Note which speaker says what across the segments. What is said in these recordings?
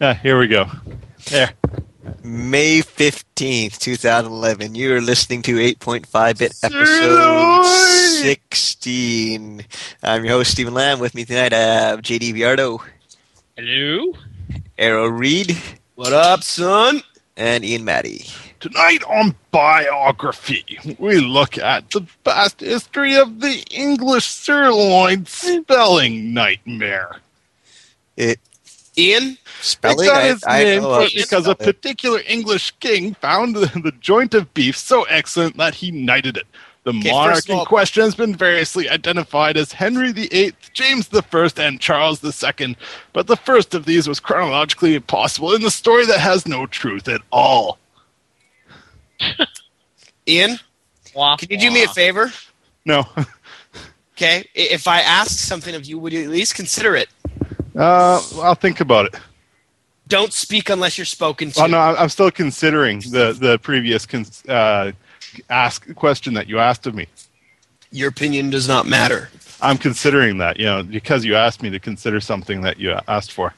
Speaker 1: Yeah, here we go. There.
Speaker 2: May 15th, 2011. You are listening to 8.5 Bit
Speaker 1: Sirloin!
Speaker 2: episode 16. I'm your host, Stephen Lamb. With me tonight, I have JD Viardo,
Speaker 3: Hello.
Speaker 2: Arrow Reed,
Speaker 3: What up, son?
Speaker 2: and Ian Matty.
Speaker 1: Tonight on Biography, we look at the past history of the English sirloin spelling nightmare.
Speaker 2: It
Speaker 1: It
Speaker 3: Ian.
Speaker 2: spelling?
Speaker 1: got its
Speaker 2: I, I,
Speaker 1: name
Speaker 2: oh, I
Speaker 1: for- because a
Speaker 2: spelled it.
Speaker 1: particular English king found the, the joint of beef so excellent that he knighted it. The
Speaker 3: Okay,
Speaker 1: monarch
Speaker 3: first of
Speaker 1: in
Speaker 3: all-
Speaker 1: question has been variously identified as Henry VIII, James I, and Charles II, but the first of these was chronologically impossible in the story that has no truth at all.
Speaker 4: Ian,
Speaker 3: Wah,
Speaker 4: can you do me a
Speaker 3: wah.
Speaker 4: favor?
Speaker 1: No.
Speaker 4: Okay, I- if I ask something of you, would you at least consider it?
Speaker 1: Uh, I'll think about it.
Speaker 4: Don't speak unless you're spoken to.
Speaker 1: Well, no, I'm I'm still considering the the previous cons- uh, ask question that you asked of me.
Speaker 4: Your opinion does not matter.
Speaker 1: I'm considering that, you know, because you asked me to consider something that you asked for.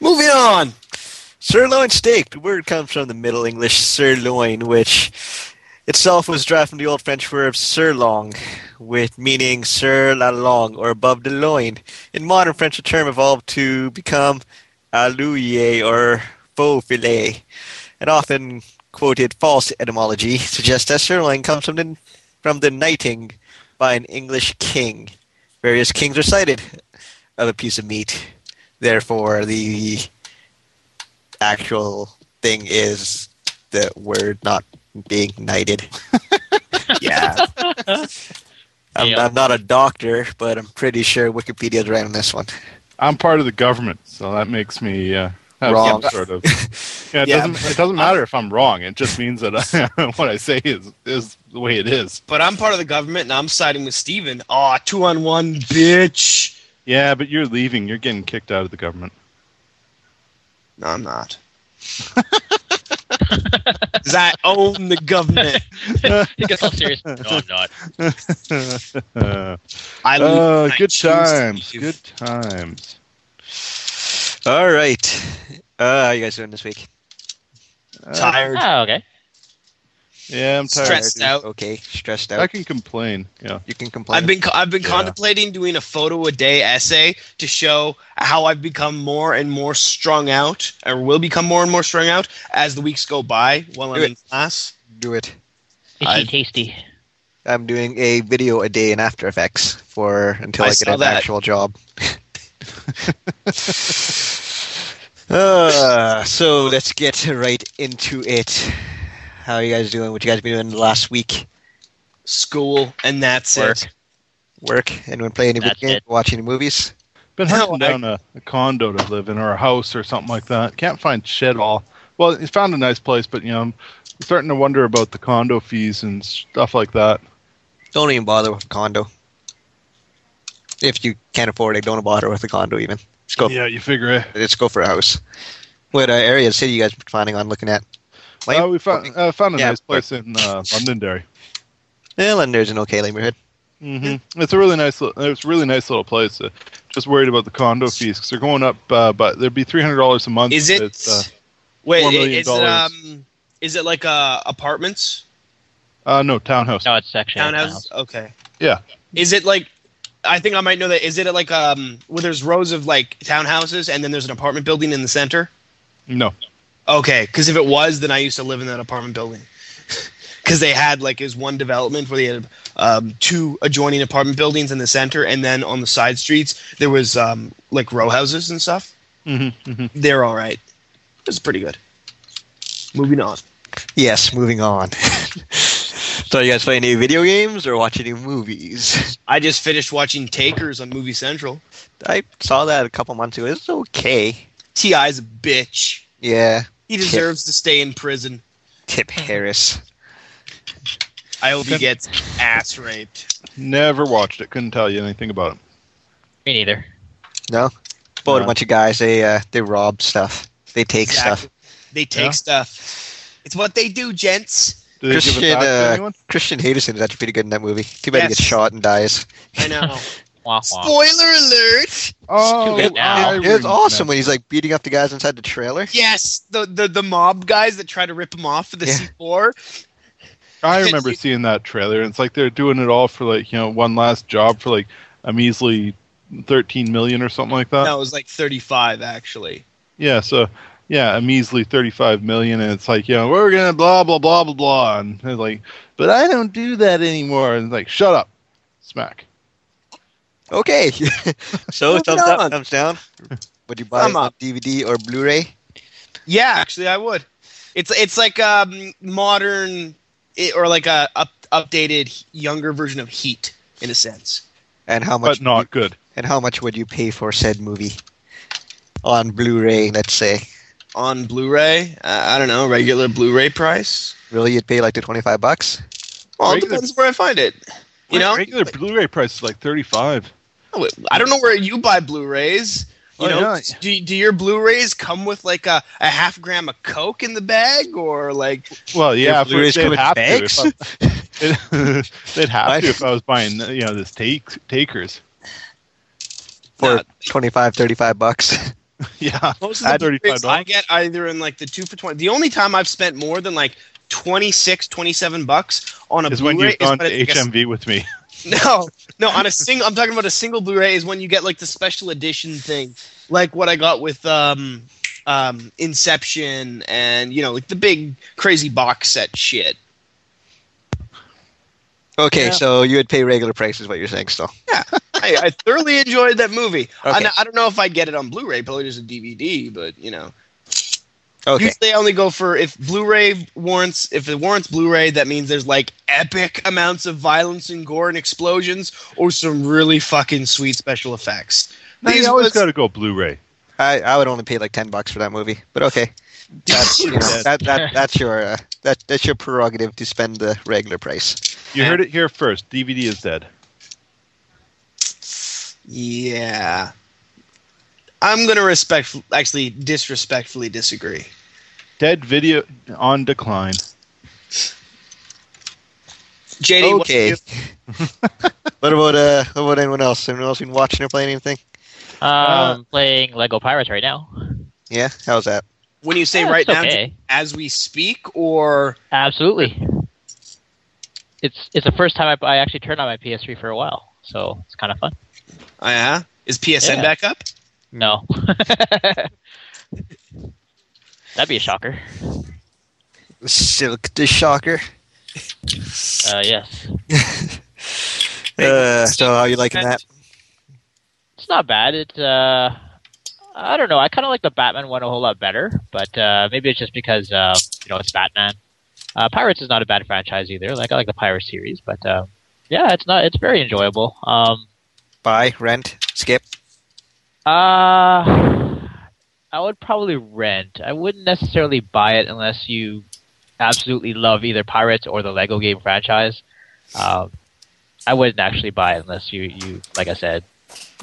Speaker 4: Moving on.
Speaker 2: Sirloin steak. The word comes from the Middle English sirloin, which itself was derived from the Old French verb surlong, with meaning sur la longue or above the loin. In modern French, the term evolved to become allouille or faux filet. An often quoted false etymology suggests that sirloin comes from the, from the knighting by an English king. Various kings are cited of a piece of meat. Therefore, the actual thing is the word not being knighted. yeah. I'm,
Speaker 3: Yeah.
Speaker 2: I'm not a doctor, but I'm pretty sure Wikipedia's right on this one.
Speaker 1: I'm part of the government, so that makes me uh, have
Speaker 2: Wrong.
Speaker 1: some sort of. Yeah, it
Speaker 2: Yeah,
Speaker 1: doesn't it doesn't matter if I'm wrong. It just means that what I say is is the way it is.
Speaker 4: But I'm part of the government and I'm siding with Steven. Aw, two on one, bitch.
Speaker 1: Yeah, but you're leaving. You're getting kicked out of the government.
Speaker 4: No, I'm not. Because I own the government.
Speaker 3: He gets all serious. No, I'm not.
Speaker 1: Uh,
Speaker 4: I
Speaker 1: uh,
Speaker 4: I
Speaker 1: good
Speaker 4: choose to
Speaker 1: times.
Speaker 4: leave.
Speaker 1: Good times.
Speaker 2: All right. Uh, how you guys doing this week?
Speaker 1: Uh,
Speaker 4: Tired.
Speaker 3: Oh, okay.
Speaker 1: Yeah, I'm tired.
Speaker 4: Stressed out.
Speaker 2: Okay, stressed out.
Speaker 1: I can complain. Yeah.
Speaker 2: you can complain.
Speaker 4: I've been co- I've been
Speaker 1: Yeah.
Speaker 4: contemplating doing a photo a day essay to show how I've become more and more strung out, or will become more and more strung out as the weeks go by while I'm
Speaker 2: Do it.
Speaker 4: in class.
Speaker 2: do it.
Speaker 3: Itchy tasty.
Speaker 2: I'm doing a video a day in After Effects for until I,
Speaker 4: I
Speaker 2: get
Speaker 4: saw
Speaker 2: an
Speaker 4: that.
Speaker 2: actual job. uh, so let's get right into it. How are you guys doing? What you guys been doing the last week?
Speaker 4: School and that's
Speaker 3: Work.
Speaker 4: it.
Speaker 2: Work? Anyone play any video
Speaker 3: That's
Speaker 2: games?
Speaker 3: it.
Speaker 2: Watching any movies?
Speaker 1: Been
Speaker 4: No,
Speaker 1: hunting
Speaker 4: I-
Speaker 1: down a, a condo to live in or a house or something like that. Can't find shit all. Well, it's found a nice place, but you know, I'm starting to wonder about the condo fees and stuff like that.
Speaker 2: Don't even bother with a condo. If you can't afford it, don't bother with a condo even. Just go.
Speaker 1: Yeah, you figure it.
Speaker 2: Let's go for a house. What uh, area of the city you guys planning on looking at?
Speaker 1: Uh, we found uh, found a
Speaker 2: Yeah,
Speaker 1: nice place in uh, Londonderry.
Speaker 2: Well, and there's an okay neighborhood.
Speaker 1: hmm It's a really nice. li- It's a really nice little place. Uh, just worried about the condo fees because they're going up, uh, but there'd be three hundred dollars a month.
Speaker 4: Is it?
Speaker 1: It's, uh,
Speaker 4: wait,
Speaker 1: $4
Speaker 4: i-
Speaker 1: million
Speaker 4: is it um? Is it like uh apartments?
Speaker 1: uh, no townhouse.
Speaker 3: No, it's actually
Speaker 4: Townhouses? Okay.
Speaker 1: Yeah.
Speaker 4: Is it like? I think I might know that. Is it like um where there's rows of like townhouses and then there's an apartment building in the center?
Speaker 1: No.
Speaker 4: Okay, because if it was, then I used to live in that apartment building. Because they had like is one development where they had um, two adjoining apartment buildings in the center, and then on the side streets there was um, like row houses and stuff.
Speaker 1: Mm-hmm, mm-hmm.
Speaker 4: They're all right. It was pretty good. Moving on.
Speaker 2: Yes, moving on. so you guys play any video games or watch any movies?
Speaker 4: I just finished watching Takers on Movie Central.
Speaker 2: I saw that a couple months ago. It's okay.
Speaker 4: Ti's a bitch.
Speaker 2: Yeah,
Speaker 4: He deserves to stay in prison.
Speaker 2: Tip Harris.
Speaker 4: I hope he
Speaker 1: Okay.
Speaker 4: gets ass raped.
Speaker 1: Never watched it. Couldn't tell you anything about it.
Speaker 3: Me neither.
Speaker 2: No, but
Speaker 1: No.
Speaker 2: a bunch of guys they uh, they rob stuff. They take
Speaker 4: Exactly.
Speaker 2: stuff.
Speaker 4: They take
Speaker 1: Yeah.
Speaker 4: stuff. It's what they do, gents.
Speaker 1: Did they give it
Speaker 2: Christian,
Speaker 1: back to
Speaker 2: uh,
Speaker 1: anyone?
Speaker 2: Christian Hederson is actually pretty good in that movie. Too bad he
Speaker 4: Yes.
Speaker 2: gets shot and dies.
Speaker 4: I know.
Speaker 3: Wah, wah.
Speaker 4: Spoiler alert!
Speaker 1: Oh,
Speaker 3: Screw it now.
Speaker 1: I
Speaker 2: it's awesome
Speaker 1: remember.
Speaker 2: when he's like beating up the guys inside the trailer.
Speaker 4: Yes, the, the the mob guys that try to rip him off for the
Speaker 2: Yeah.
Speaker 4: C4.
Speaker 1: I remember seeing that trailer. and It's like they're doing it all for like you know one last job for like a measly thirteen million or something like that.
Speaker 4: No, it was like 35 actually.
Speaker 1: Yeah, so yeah, a measly thirty-five million, and it's like you know we're gonna blah blah blah blah blah, and they're like, but I don't do that anymore, and it's like shut up, smack.
Speaker 2: Okay. so
Speaker 4: Moving
Speaker 2: thumbs up,
Speaker 4: on.
Speaker 2: thumbs down. Would you buy
Speaker 4: Thumb
Speaker 2: it on DVD or Blu-ray?
Speaker 4: Yeah, actually, I would. It's it's like um modern it, or like a up, updated younger version of Heat in a sense.
Speaker 2: And how much?
Speaker 1: but not good.
Speaker 2: And how much would you pay for said movie on Blu-ray? Let's say.
Speaker 4: On Blu-ray, uh, I don't know, regular Blu-ray price.
Speaker 2: Really, you'd pay like the twenty-five bucks.
Speaker 4: Well, it
Speaker 1: Regular-
Speaker 4: depends where I find it. You know,
Speaker 1: regular Blu-ray price is like thirty-five.
Speaker 4: Oh, wait, I don't know where you buy Blu-rays. You
Speaker 1: Oh,
Speaker 4: know,
Speaker 1: yeah.
Speaker 4: do, do your Blu-rays come with like a, a half gram of Coke in the bag, or like
Speaker 1: Well, yeah,
Speaker 2: Your
Speaker 1: if
Speaker 2: Blu-rays
Speaker 1: they'd
Speaker 2: come with
Speaker 1: have
Speaker 2: bags?
Speaker 1: to. If I, they'd have
Speaker 2: Right.
Speaker 1: to if I was buying you know this take takers.
Speaker 2: For
Speaker 4: No.
Speaker 2: 25, 35 bucks.
Speaker 1: Yeah,
Speaker 4: most of the Blu-rays
Speaker 1: $35.
Speaker 4: I get either in like the two for twenty. The only time I've spent more than like 26, 27 bucks on a
Speaker 1: is
Speaker 4: Blu-ray
Speaker 1: when you've gone to
Speaker 4: when it's, like, a-
Speaker 1: HMV with me.
Speaker 4: No, no, on a single. I'm talking about a single Blu-ray is when you get like the special edition thing, like what I got with um, um, Inception and you know like the big crazy box set shit.
Speaker 2: Okay,
Speaker 4: Yeah.
Speaker 2: so you would pay regular price, is what you're saying. Still,
Speaker 4: I, I thoroughly enjoyed that movie.
Speaker 2: Okay.
Speaker 4: I, I don't know if I get it on Blu-ray, probably just a DVD, but you know.
Speaker 2: okay.
Speaker 4: Usually I only go for if Blu-ray warrants if it warrants Blu-ray, that means there's like epic amounts of violence and gore and explosions or some really fucking sweet special effects.
Speaker 1: No,
Speaker 4: These
Speaker 1: you always
Speaker 4: ones-
Speaker 1: got to go Blu-ray.
Speaker 2: I, I would only pay like ten bucks for that movie, but okay. That's you know, that, that that's your uh, that that's your prerogative to spend the regular price.
Speaker 1: You heard it here first. DVD is dead.
Speaker 4: Yeah. I'm gonna respect actually disrespectfully disagree.
Speaker 1: Dead video on decline.
Speaker 4: JD, what
Speaker 2: Okay.
Speaker 4: do
Speaker 2: what about uh? What about anyone else? Anyone else been watching or playing anything?
Speaker 3: Um, playing Lego Pirates right now.
Speaker 2: Yeah, how's that?
Speaker 4: you- when you say
Speaker 3: Yeah,
Speaker 4: right
Speaker 3: it's
Speaker 4: now
Speaker 3: okay.
Speaker 4: as we speak or
Speaker 3: Absolutely. It's it's the first time I, I actually turned on my PS3 for a while, so it's kind of fun.
Speaker 4: Oh, yeah? Is PSN
Speaker 3: Yeah.
Speaker 4: back up?
Speaker 3: No. That'd be a shocker.
Speaker 2: Silk the Shocker.
Speaker 3: Uh, yes.
Speaker 2: Uh, so how you liking that?
Speaker 3: It's not bad. It uh, I don't know. I kind of like the Batman one a whole lot better, but uh, maybe it's just because uh, you know it's Batman. Uh, Pirates is not a bad franchise either. Like I like the Pirates series, but uh, yeah, it's not. It's very enjoyable. Um,
Speaker 2: Buy, rent, skip.
Speaker 3: Uh, I would probably rent. I wouldn't necessarily buy it unless you absolutely love either Pirates or the Lego game franchise. Um, I wouldn't actually buy it unless you, you like I said,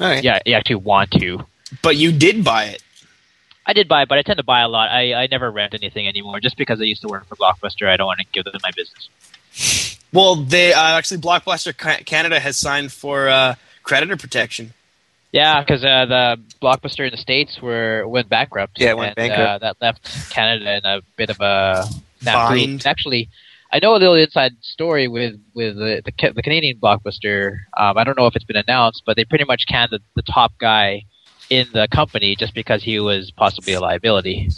Speaker 2: All right.
Speaker 3: yeah, you actually want to.
Speaker 4: But you did buy it.
Speaker 3: I did buy it, but I tend to buy a lot. I, I never rent anything anymore just because I used to work for Blockbuster. I don't want to give them my business.
Speaker 4: Well, they uh, actually Blockbuster Ca- Canada has signed for uh, creditor protection.
Speaker 3: Yeah, because uh, the Blockbuster in the States were went bankrupt.
Speaker 2: Yeah, it went
Speaker 3: and,
Speaker 2: bankrupt.
Speaker 3: Uh, that left Canada in a bit of a napoo.
Speaker 4: Bind.
Speaker 3: Actually, I know a little inside story with with the the, Ca- the Canadian Blockbuster. Um, I don't know if it's been announced, but they pretty much canned the, the top guy in the company just because he was possibly a liability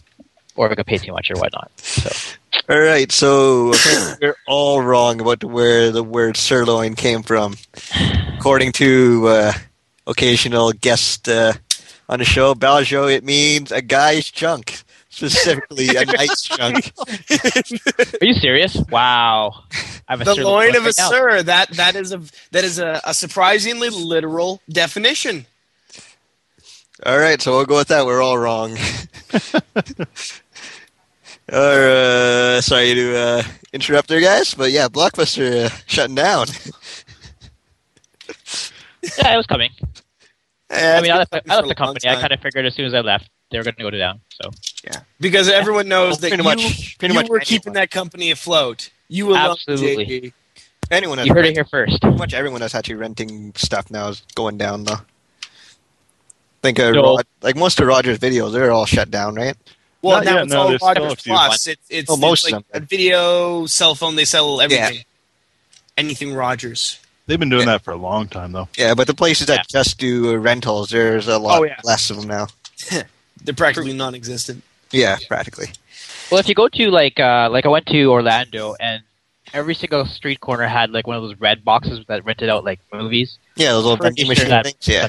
Speaker 3: or if he could pay too much or whatnot. So
Speaker 2: All right. So apparently we're all wrong about where the word sirloin came from, according to uh, occasional guest uh, on the show. Baljo, it means a guy's junk, specifically a knight's junk.
Speaker 3: are you serious? Wow, I have a
Speaker 4: The
Speaker 3: sirloin
Speaker 4: loin of a
Speaker 3: right now.
Speaker 4: sir. That that is a that is a, a surprisingly literal definition.
Speaker 2: All right, so we'll go with that. We're all wrong. or, uh, sorry to uh, interrupt there, guys, but yeah, Blockbuster uh, shutting down.
Speaker 3: Yeah, it was coming. I mean, I left, the- I left the
Speaker 2: For a long
Speaker 3: company. I
Speaker 2: time.
Speaker 3: kind of figured as soon as I left, they were going to go down. So
Speaker 4: Yeah, because everyone knows that
Speaker 2: pretty
Speaker 4: you,
Speaker 2: much- pretty
Speaker 4: you
Speaker 2: much
Speaker 4: were keeping
Speaker 2: anyone.
Speaker 4: that company afloat. You alone,
Speaker 3: Absolutely.
Speaker 4: JD.
Speaker 2: Anyone has
Speaker 3: You heard it here first.
Speaker 2: pretty much everyone that's actually renting stuff now is going down though. Think of
Speaker 1: No.
Speaker 2: Rod, like most of Roger's videos, they're all shut down, right?
Speaker 4: Well,
Speaker 1: Not
Speaker 4: now
Speaker 1: yet,
Speaker 4: it's
Speaker 1: no,
Speaker 4: all
Speaker 1: there's still a
Speaker 4: Rogers
Speaker 1: few.
Speaker 4: Plus. It's it's,
Speaker 2: Oh,
Speaker 4: it's
Speaker 2: most of
Speaker 4: like a
Speaker 2: them.
Speaker 4: video, cell phone. They sell everything.
Speaker 2: Yeah.
Speaker 4: Anything Rogers.
Speaker 1: They've been doing that for a long time, though.
Speaker 2: Yeah, but the places that just do uh, rentals, there's a lot
Speaker 4: Oh, yeah.
Speaker 2: less of them now.
Speaker 4: They're practically non-existent.
Speaker 2: Yeah, practically.
Speaker 3: Well, if you go to like uh, like I went to Orlando and every single street corner had like one of those red boxes that rented out like movies.
Speaker 2: Yeah, those old
Speaker 3: Pretty
Speaker 2: vending
Speaker 3: sure
Speaker 2: machine
Speaker 3: that-
Speaker 2: things. Yeah.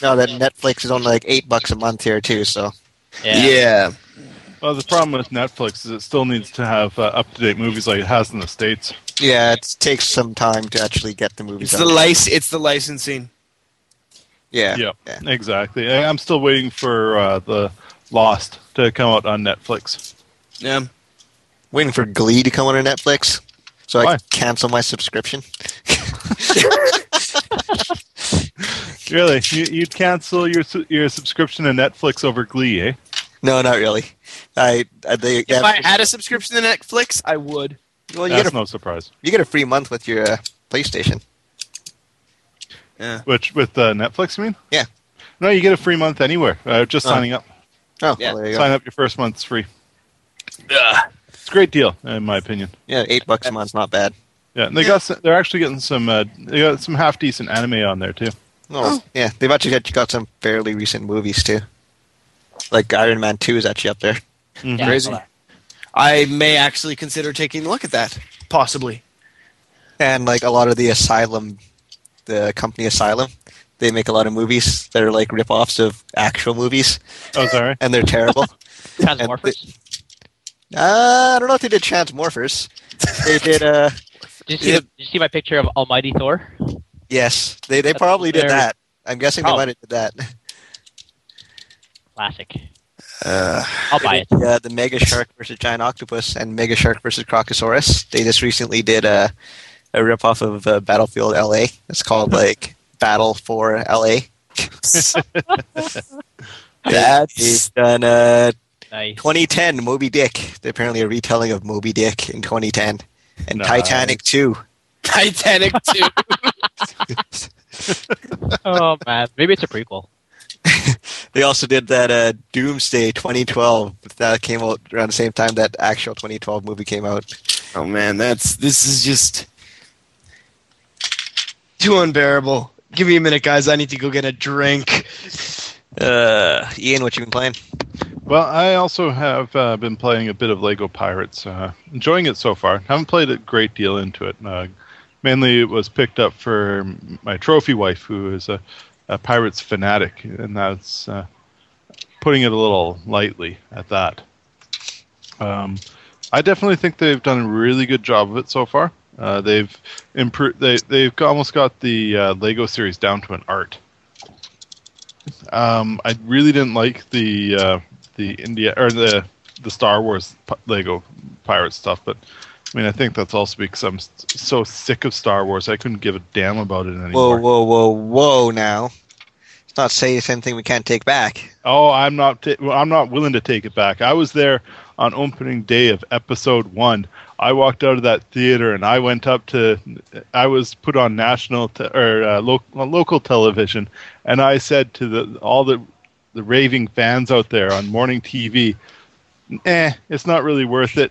Speaker 2: Now that Netflix is only like eight bucks a month here too, so
Speaker 3: Yeah.
Speaker 1: Well, the problem with Netflix is it still needs to have uh, up to date movies like it has in the states.
Speaker 2: yeah, it takes some time to actually get the movies.
Speaker 4: It's
Speaker 2: out.
Speaker 4: the lic- It's the licensing.
Speaker 2: yeah,
Speaker 1: Yeah, exactly. I- I'm still waiting for uh, the Lost to come out on Netflix.
Speaker 4: Yeah.
Speaker 2: Waiting for Glee to come on Netflix, so I
Speaker 1: Why?
Speaker 2: can cancel my subscription.
Speaker 1: Really, you, you'd cancel your su- your subscription to Netflix over Glee, eh?
Speaker 2: No, not really. I, I they, they
Speaker 4: If
Speaker 2: have-
Speaker 4: I had a subscription to Netflix, I would.
Speaker 2: well, you get
Speaker 1: That's
Speaker 2: a
Speaker 1: no surprise.
Speaker 2: you get a free month with your uh, PlayStation.
Speaker 4: Yeah.
Speaker 1: Which with uh, Netflix, you mean?
Speaker 2: Yeah.
Speaker 1: No, you get a free month anywhere. Uh, just
Speaker 2: Oh.
Speaker 1: signing up.
Speaker 2: Oh,
Speaker 4: Yeah,
Speaker 2: well, there you go.
Speaker 1: Sign up. Your first month's free. It's a great deal, in my opinion.
Speaker 2: Yeah, eight bucks a month's not bad.
Speaker 1: Yeah, and they got some, they're actually getting some uh, they got some half decent anime on there too.
Speaker 2: Oh, yeah, they've actually got, got some fairly recent movies too. Like Iron Man Two is actually up there.
Speaker 3: Yeah.
Speaker 4: Crazy. I may actually consider taking a look at that. Possibly.
Speaker 2: and like a lot of the asylum the company asylum they make a lot of movies that are like rip-offs of actual movies
Speaker 1: Oh, sorry.
Speaker 2: and they're terrible
Speaker 3: Transmorphers.
Speaker 2: uh, i don't know if they did transmorphers they did uh
Speaker 3: Did you, see the, did you see my picture of Almighty Thor?
Speaker 2: yes they, they
Speaker 3: That's
Speaker 2: probably did
Speaker 3: very-
Speaker 2: that i'm guessing they might
Speaker 3: Probably.
Speaker 2: have did that
Speaker 3: Classic.
Speaker 4: Uh,
Speaker 3: I'll buy it.
Speaker 2: yeah the mega shark versus giant octopus and mega shark versus crocosaurus they just recently did a, a rip-off of uh, battlefield la it's called like battle for la that's done uh,
Speaker 3: Nice.
Speaker 2: 2010 Moby Dick. They're apparently a retelling of Moby Dick in 2010 and
Speaker 1: Nice.
Speaker 2: Titanic 2.
Speaker 4: Titanic 2.
Speaker 3: Oh man, maybe it's a prequel.
Speaker 2: They also did that uh, Doomsday 2012 that came out around the same time that actual 2012 movie came out.
Speaker 4: oh man, that's this is just too unbearable. Give me a minute, guys. I need to go get a drink.
Speaker 2: Uh, Ian, what you been playing?
Speaker 1: Well, I also have uh, been playing a bit of Lego Pirates, uh, enjoying it so far. Haven't played a great deal into it. Uh, mainly, it was picked up for my trophy wife, who is a, a Pirates fanatic, and that's uh, putting it a little lightly at that. Um, I definitely think they've done a really good job of it so far. Uh, they've improved. They they've almost got the uh, Lego series down to an art. Um, I really didn't like the uh, the India or the the Star Wars p- Lego pirate stuff, but I mean I think that's also because I'm s- so sick of Star Wars. I couldn't give a damn about it anymore.
Speaker 2: Whoa, whoa, whoa, whoa! Now, it's not say the same thing we can't take back.
Speaker 1: Oh, I'm not. ta- well, I'm not willing to take it back. I was there on opening day of episode one. I walked out of that theater and I went up to. I was put on national te- or uh, lo- well, local television, and I said to the all the the raving fans out there on morning TV, "Eh, it's not really worth it.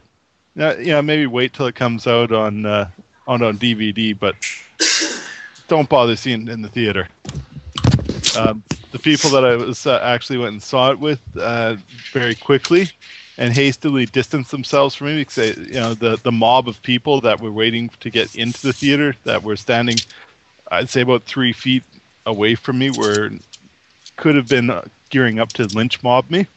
Speaker 1: Uh, yeah, maybe wait till it comes out on uh, on on DVD, but don't bother seeing it in the theater." um, the people that I was uh, actually went and saw it with uh, very quickly and hastily distanced themselves from me because they, you know the the mob of people that were waiting to get into the theater that were standing, I'd say about three feet away from me were could have been uh, gearing up to lynch mob me.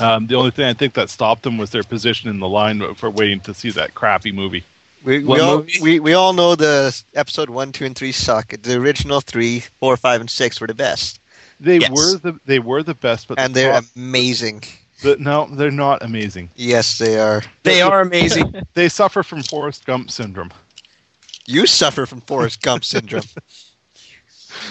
Speaker 1: Um, the only thing I think that stopped them was their position in the line for waiting to see that crappy movie.
Speaker 2: We we
Speaker 4: What
Speaker 2: all,
Speaker 4: movie?
Speaker 2: we we all know the episode one, two, and three suck. The original three, four, five, and six were the best,
Speaker 1: They
Speaker 4: Yes.
Speaker 1: were the they were the best, but
Speaker 2: and
Speaker 1: the
Speaker 2: they're
Speaker 1: pro-
Speaker 2: amazing.
Speaker 1: the- no, they're not amazing.
Speaker 2: Yes, they are.
Speaker 4: They are amazing.
Speaker 1: They suffer from Forrest Gump syndrome.
Speaker 2: You suffer from Forrest Gump syndrome.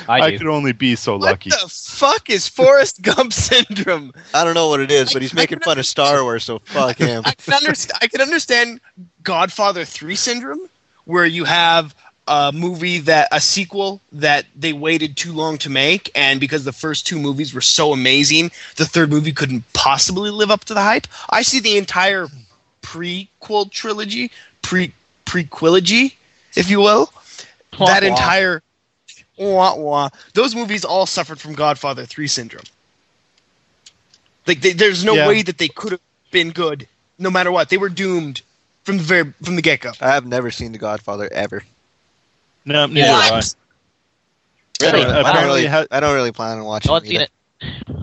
Speaker 1: I,
Speaker 3: I do.
Speaker 1: could only be so lucky.
Speaker 4: What the fuck is Forrest Gump syndrome?
Speaker 2: I don't know what it is, but he's
Speaker 4: I
Speaker 2: making
Speaker 4: can
Speaker 2: fun of Star Wars, so fuck him.
Speaker 4: I can understand. I can understand Godfather 3 syndrome where you have a movie that a sequel that they waited too long to make and because the first two movies were so amazing, the third movie couldn't possibly live up to the hype. I see the entire prequel trilogy, pre prequilogy, if you will. that
Speaker 3: Wah-wah.
Speaker 4: entire wah, wah, those movies all suffered from Godfather 3 syndrome. Like they, there's no
Speaker 1: Yeah.
Speaker 4: way that they could have been good no matter what. They were doomed from the very from the get go.
Speaker 2: I have never seen The Godfather ever.
Speaker 1: No, neither have I.
Speaker 2: I don't,
Speaker 3: Really?
Speaker 2: I don't
Speaker 1: Apparently
Speaker 2: really,
Speaker 1: ha-
Speaker 2: I don't really plan on watching
Speaker 3: No one's
Speaker 2: it
Speaker 3: seen
Speaker 2: either.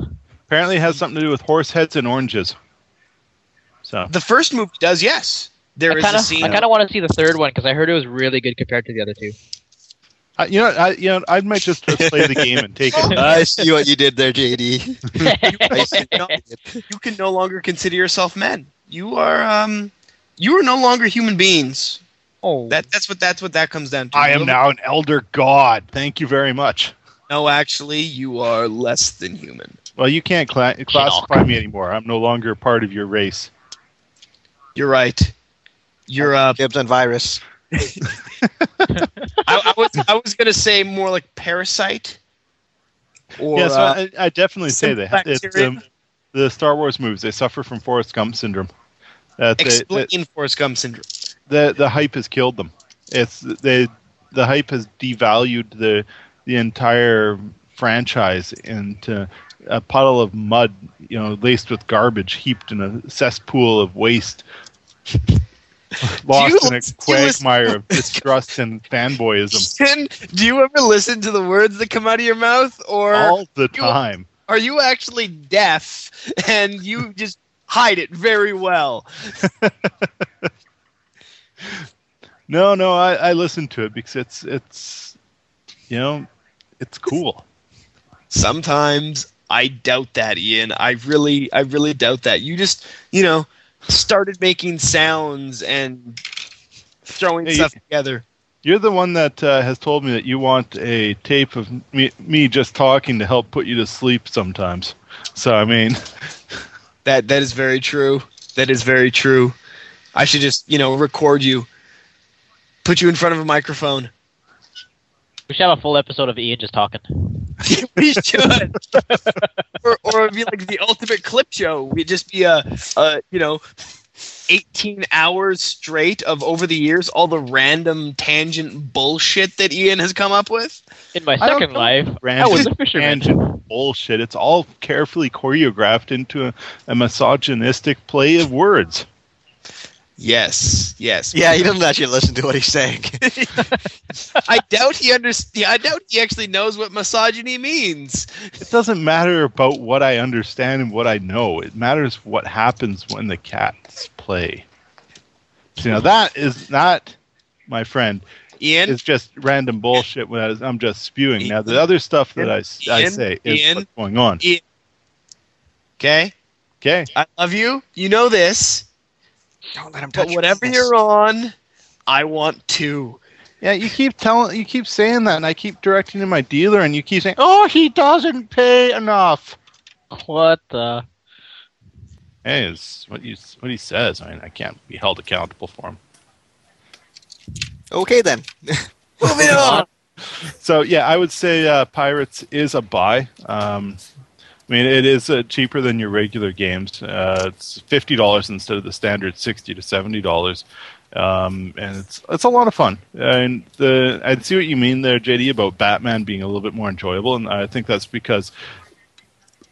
Speaker 3: it.
Speaker 1: Apparently, it has something to do with horse heads and oranges. So
Speaker 4: The first movie does, yes. There
Speaker 3: I
Speaker 4: is
Speaker 3: kind
Speaker 4: a scene.
Speaker 3: of, I kind of want to see the third one because I heard it was really good compared to the other two.
Speaker 1: I, you know, I you know, I might just play the game and take it.
Speaker 2: I see what you did there, JD. I see what you did.
Speaker 4: you can no longer consider yourself men. You are um, you are no longer human beings.
Speaker 3: oh,
Speaker 4: That that's what that's what that comes down to.
Speaker 1: I am now an elder god. Thank you very much.
Speaker 4: No, actually, you are less than human.
Speaker 1: Well, you can't cla classify me anymore. I'm no longer part of your race.
Speaker 4: You're right. You're uh,
Speaker 2: Gibbs and virus.
Speaker 4: I, I was I was gonna say more like parasite. Or
Speaker 1: yeah, so
Speaker 4: uh,
Speaker 1: I, I definitely say that it's,
Speaker 4: bacteria.
Speaker 1: um, the Star Wars movies they suffer from Forrest Gump syndrome. That they-
Speaker 4: explain
Speaker 1: that-
Speaker 4: Forrest Gump syndrome.
Speaker 1: the the hype has killed them. It's they the hype has devalued the the entire franchise into a puddle of mud, you know, laced with garbage, heaped in a cesspool of waste, lost
Speaker 4: you
Speaker 1: in a
Speaker 4: listen- do you listen-
Speaker 1: quagmire of distrust and fanboyism
Speaker 4: Ken, do you ever listen to the words that come out of your mouth, or
Speaker 1: all the
Speaker 4: you-
Speaker 1: time.
Speaker 4: are you actually deaf and you just hide it very well?
Speaker 1: No, no, I, I listen to it because it's it's you know it's cool.
Speaker 4: Sometimes I doubt that, Ian. I really, I really doubt that. You just, you know, started making sounds and throwing
Speaker 1: Hey,
Speaker 4: stuff
Speaker 1: you-
Speaker 4: together.
Speaker 1: You're the one that uh, has told me that you want a tape of me, me just talking to help put you to sleep sometimes. So I mean,
Speaker 4: That that is very true. That is very true. I should just, you know, record you, put you in front of a microphone.
Speaker 3: we should have a full episode of Ian just talking.
Speaker 4: we should. or, or it'd be like the ultimate clip show. We'd just be a, a you know, 18 hours straight of over the years, all the random tangent bullshit that Ian has come up with.
Speaker 3: In my
Speaker 1: I don't
Speaker 3: second
Speaker 1: know.
Speaker 3: life, I
Speaker 1: random,
Speaker 3: was a fisherman.
Speaker 1: tangent bullshit. It's all carefully choreographed into a, a misogynistic play of words.
Speaker 4: Yes, yes.
Speaker 2: Yeah, he doesn't actually listen to what he's saying.
Speaker 4: I doubt he understands. I doubt he actually knows what misogyny means.
Speaker 1: It doesn't matter about what I understand and what I know. It matters what happens when the cats play. So, you know that is not, my friend,
Speaker 4: Ian,
Speaker 1: it's just random bullshit. When I was, I'm just spewing. Now the other stuff that I, s- I
Speaker 4: Ian?
Speaker 1: say is
Speaker 4: Ian?
Speaker 1: what's going on.
Speaker 4: okay,
Speaker 1: Okay.
Speaker 4: I love you. You know this,
Speaker 2: Don't let him touch
Speaker 4: but
Speaker 2: your
Speaker 4: whatever
Speaker 2: penis.
Speaker 4: you're on, I want to.
Speaker 1: Yeah, you keep telling, you keep saying that, and I keep directing to my dealer, and you keep saying, "Oh, he doesn't pay enough."
Speaker 3: What the?
Speaker 1: Hey, it's what you what he says. I mean, I can't be held accountable for him.
Speaker 2: Okay then. Moving on.
Speaker 1: So yeah, I would say uh, Pirates is a buy. Um, I mean, it is uh, cheaper than your regular games. Uh, it's fifty dollars instead of the standard sixty to seventy dollars, um, and it's it's a lot of fun. And the I see what you mean there, JD, about Batman being a little bit more enjoyable, and I think that's because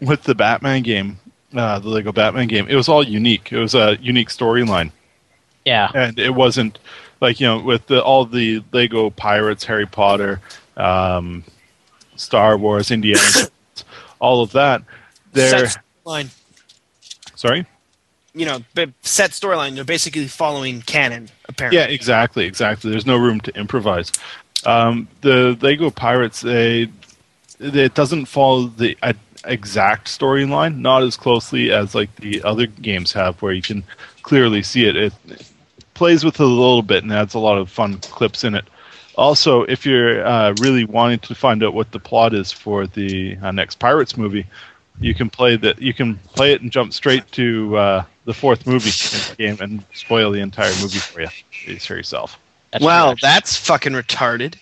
Speaker 1: with the Batman game, uh, the Lego Batman game, it was all unique. It was a unique storyline
Speaker 3: Yeah.
Speaker 1: and it wasn't like you know with the, all the Lego Pirates, Harry Potter, um, Star Wars, Indiana, Jones, all of that. There,
Speaker 4: Set line.
Speaker 1: sorry.
Speaker 4: you know, b- set storyline. They're basically following canon, apparently.
Speaker 1: Yeah, exactly, exactly. There's no room to improvise. Um, the Lego Pirates, they, it doesn't follow the uh, exact storyline, not as closely as like the other games have, where you can clearly see it. It, it plays with it a little bit and adds a lot of fun clips in it. Also, if you're uh, really wanting to find out what the plot is for the uh, next Pirates movie, you can play that you can play it and jump straight to uh, the fourth movie in the game and spoil the entire movie for you it's for yourself.
Speaker 3: That's
Speaker 5: Wow,
Speaker 3: correct.
Speaker 5: that's fucking retarded.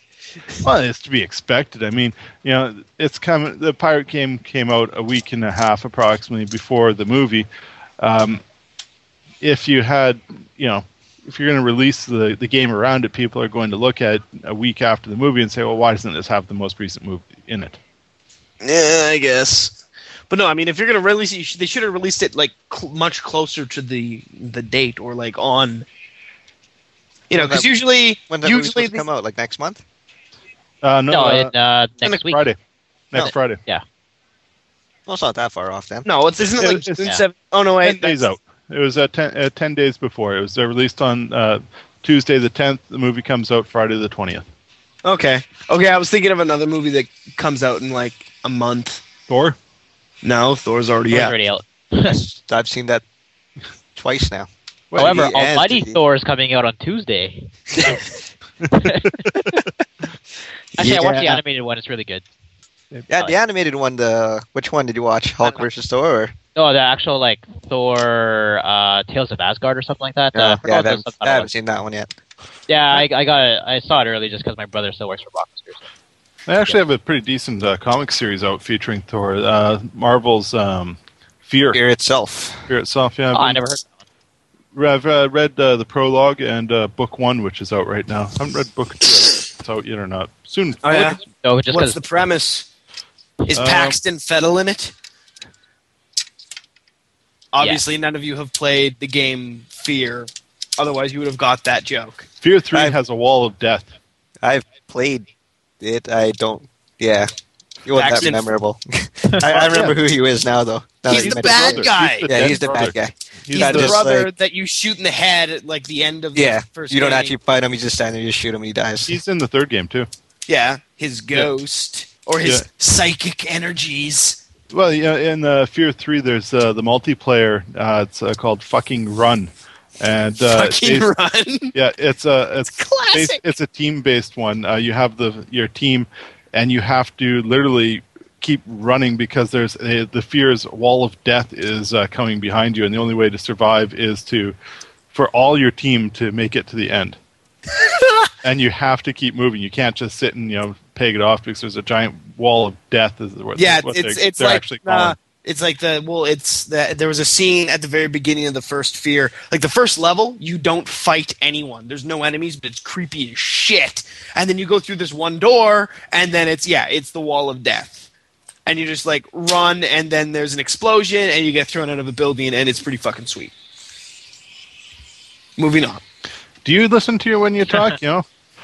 Speaker 1: Well, it's to be expected. I mean, you know, it's coming. The pirate game came out a week and a half approximately before the movie. Um, if you had, you know, if you're going to release the the game around it, people are going to look at a week after the movie and say, "Well, why doesn't this have the most recent movie in it?"
Speaker 5: Yeah, I guess. But no, I mean, if you're gonna release it, you should, they should have released it like cl- much closer to the the date or like on. You
Speaker 2: When
Speaker 5: know,
Speaker 2: that-
Speaker 5: because usually,
Speaker 2: When that movie's
Speaker 5: usually
Speaker 2: supposed to
Speaker 5: these,
Speaker 2: come out? Like next month?
Speaker 1: Uh,
Speaker 3: no,
Speaker 1: no, uh,
Speaker 3: in, uh, next, week.
Speaker 1: Friday. Next
Speaker 2: No.
Speaker 1: Friday.
Speaker 2: Well, it's not that far off then.
Speaker 5: no, it's isn't it
Speaker 1: Yeah,
Speaker 5: like
Speaker 1: it's-
Speaker 5: June
Speaker 3: yeah.
Speaker 5: seventh? Oh no,
Speaker 1: Ten
Speaker 5: wait,
Speaker 1: days
Speaker 5: that's-
Speaker 1: out. It was uh, ten, uh, ten days before. It was uh, released on uh, Tuesday the 10th. The movie comes out Friday the 20th.
Speaker 5: Okay, okay, I was thinking of another movie that comes out in like a month.
Speaker 1: Thor.
Speaker 5: No, Thor's already
Speaker 3: Thor's
Speaker 5: out.
Speaker 3: already out.
Speaker 2: I've seen that twice now.
Speaker 3: However,
Speaker 2: he has
Speaker 3: Almighty
Speaker 2: to be.
Speaker 3: Thor is coming out on Tuesday. Actually, I watched the
Speaker 5: Yeah.
Speaker 3: animated one. It's really good.
Speaker 2: Yeah,
Speaker 3: Uh,
Speaker 2: the animated one. The which one did you watch? Hulk versus Thor? Or?
Speaker 3: No, Oh, the actual like Thor, uh, Tales of Asgard or something like that.
Speaker 2: Uh,
Speaker 3: Uh,
Speaker 2: yeah,
Speaker 3: I forgot
Speaker 2: that,
Speaker 3: what the
Speaker 2: I
Speaker 3: subtitle
Speaker 2: haven't
Speaker 3: was.
Speaker 2: seen that one yet.
Speaker 3: yeah, I, I got it. I saw it early just because my brother still works for Blockbuster. so-
Speaker 1: They actually have a pretty decent uh, comic series out featuring Thor. Uh, Marvel's um, Fear. Fear.
Speaker 2: Fear itself.
Speaker 1: itself, yeah.
Speaker 3: Oh, I never heard. Of that
Speaker 1: I've uh, read uh, the prologue and uh, book one, which is out right now. I haven't read book two. I don't know if It's out yet or not? Soon.
Speaker 5: Oh yeah,
Speaker 3: one. No, just
Speaker 5: what's
Speaker 3: 'cause
Speaker 5: the premise? Is
Speaker 1: Um,
Speaker 5: Paxton Fettle in it? Obviously, none of you have played the game Fear. Otherwise, you would have got that joke.
Speaker 1: Fear three
Speaker 2: I've-
Speaker 1: has a wall of death.
Speaker 2: I've played it. I don't. Yeah, it wasn't
Speaker 5: Paxton-
Speaker 2: that memorable. I, I remember who he is now, though. now
Speaker 5: He's
Speaker 2: that you
Speaker 5: the
Speaker 2: mention
Speaker 5: bad
Speaker 2: it.
Speaker 1: brother.
Speaker 5: guy.
Speaker 1: He's the
Speaker 2: Yeah,
Speaker 1: dead
Speaker 2: he's the
Speaker 1: brother.
Speaker 2: bad guy.
Speaker 1: He's
Speaker 5: He's
Speaker 2: Yeah,
Speaker 1: the-
Speaker 5: the
Speaker 2: just
Speaker 5: brother
Speaker 2: like-
Speaker 5: that you shoot in the head at like the end of the
Speaker 2: Yeah,
Speaker 5: first.
Speaker 2: you don't
Speaker 5: game.
Speaker 2: actually fight him. You just stand there, you shoot him, he dies.
Speaker 1: he's in the third game too.
Speaker 5: Yeah, his ghost or his
Speaker 1: Yeah.
Speaker 5: psychic energies.
Speaker 1: Well, yeah, in uh, Fear three, there's uh, the multiplayer. Uh, it's uh, called Fucking Run, and uh,
Speaker 5: Fucking
Speaker 1: it's-
Speaker 5: run.
Speaker 1: Yeah, it's a it's bas-
Speaker 5: classic.
Speaker 1: it's a team based one. Uh, you have the your team, and you have to literally keep running because there's a, the fear's wall of death is uh, coming behind you, and the only way to survive is to for all your team to make it to the end. and you have to keep moving. You can't just sit and you know peg it off because there's a giant wall of death. Is what,
Speaker 5: yeah,
Speaker 1: what
Speaker 5: it's
Speaker 1: they,
Speaker 5: it's
Speaker 1: they're
Speaker 5: like
Speaker 1: actually
Speaker 5: uh,
Speaker 1: calling.
Speaker 5: it's like the well, it's that there was a scene at the very beginning of the first Fear, like the first level. You don't fight anyone. There's no enemies, but it's creepy as shit. And then you go through this one door, and then it's yeah, it's the wall of death. And you just like run, and then there's an explosion, and you get thrown out of a building, and it's pretty fucking sweet. Moving on.
Speaker 1: Do you listen to you when you talk? You know.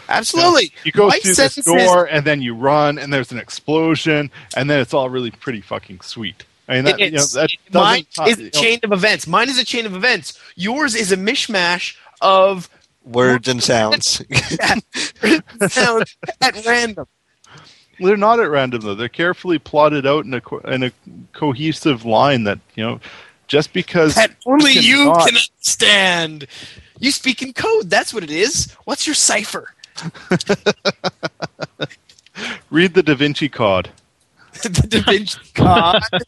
Speaker 5: Absolutely.
Speaker 1: You go
Speaker 5: My
Speaker 1: through this
Speaker 5: sentences-
Speaker 1: door and then you run and there's an explosion and then it's all really pretty fucking sweet. I mean that you know
Speaker 5: It's-
Speaker 1: that doesn't
Speaker 5: mine
Speaker 1: ta-
Speaker 5: is
Speaker 1: you
Speaker 5: a
Speaker 1: know,
Speaker 5: chain of events. Mine is a chain of events. Yours is a mishmash of
Speaker 2: Words and sounds.
Speaker 5: sound at random.
Speaker 1: they're not at random though. They're carefully plotted out in a co- in a cohesive line that you know just because
Speaker 5: That only
Speaker 1: Fucking
Speaker 5: you
Speaker 1: not.
Speaker 5: can understand. You speak in code. That's what it is. What's your cipher?
Speaker 1: read the Da Vinci Code.
Speaker 5: the Da Vinci Code.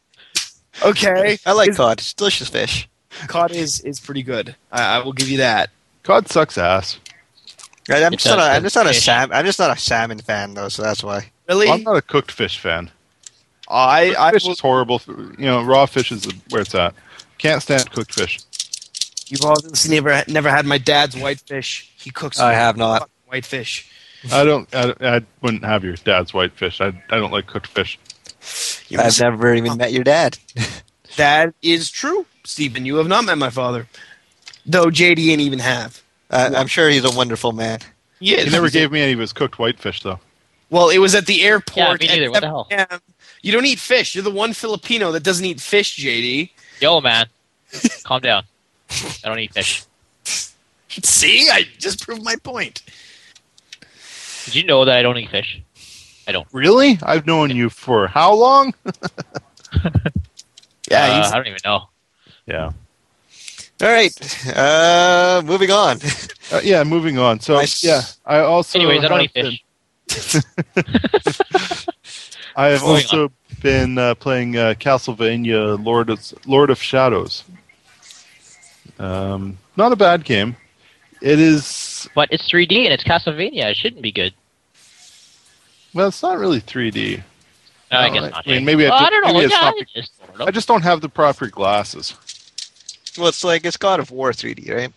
Speaker 5: Okay,
Speaker 2: I like
Speaker 5: Is-
Speaker 2: cod. It's delicious fish.
Speaker 5: Cod is is pretty good. I, I will give you that.
Speaker 1: Cod sucks ass.
Speaker 2: Right, I'm
Speaker 3: It's
Speaker 2: just not.
Speaker 3: a-
Speaker 2: A, I'm just not a
Speaker 3: fish.
Speaker 2: sam. I'm just not a salmon fan though, so that's why.
Speaker 5: Really,
Speaker 1: I'm not a cooked fish fan.
Speaker 5: I I
Speaker 1: fish
Speaker 5: will,
Speaker 1: is horrible. You know, raw fish is where it's at. Can't stand cooked fish.
Speaker 5: you've obviously never never had my dad's whitefish. He cooks.
Speaker 2: I have not.
Speaker 5: fucking whitefish.
Speaker 1: I don't. I, don't- I wouldn't have your dad's white fish. I, I don't like cooked fish.
Speaker 5: You
Speaker 2: I've never even met your dad.
Speaker 5: That is true, Stephen. You have not met my father, though JD and even have.
Speaker 2: I, I'm sure he's a wonderful man.
Speaker 5: Yes.
Speaker 1: He never gave me any of his cooked white fish though.
Speaker 5: Well, it was at the airport.
Speaker 3: Yeah, me
Speaker 5: at
Speaker 3: neither. What the
Speaker 5: 7
Speaker 3: hell?
Speaker 5: a.m.. You don't eat fish. You're the one Filipino that doesn't eat fish, JD.
Speaker 3: Yo, man, calm down. I don't eat fish.
Speaker 5: See, I just proved my point.
Speaker 3: Did you know that I don't eat fish?
Speaker 1: Really? I've known you for how long?
Speaker 5: Yeah,
Speaker 3: Uh,
Speaker 5: he's-
Speaker 3: I don't even know.
Speaker 1: Yeah.
Speaker 2: All right, uh, moving on.
Speaker 1: Uh, yeah, moving on. So,
Speaker 2: Nice.
Speaker 1: yeah, I also
Speaker 3: Anyways, I don't
Speaker 1: have
Speaker 3: eat fish.
Speaker 1: been- I have
Speaker 3: Moving
Speaker 1: also been uh, playing uh, Castlevania Lord of, Lord of Shadows. Um, not a bad game. It is.
Speaker 3: But it's 3D and it's Castlevania. It shouldn't be good.
Speaker 1: Well, it's not really 3D.
Speaker 3: No, I
Speaker 1: No,
Speaker 3: guess not.
Speaker 1: I mean, maybe I
Speaker 3: Well,
Speaker 1: ju-
Speaker 3: I don't know.
Speaker 1: maybe it's
Speaker 3: yeah,
Speaker 1: not
Speaker 3: I
Speaker 1: be-
Speaker 3: just don't know.
Speaker 1: I just don't have the proper glasses.
Speaker 2: Well, it's like it's God of War 3D, right?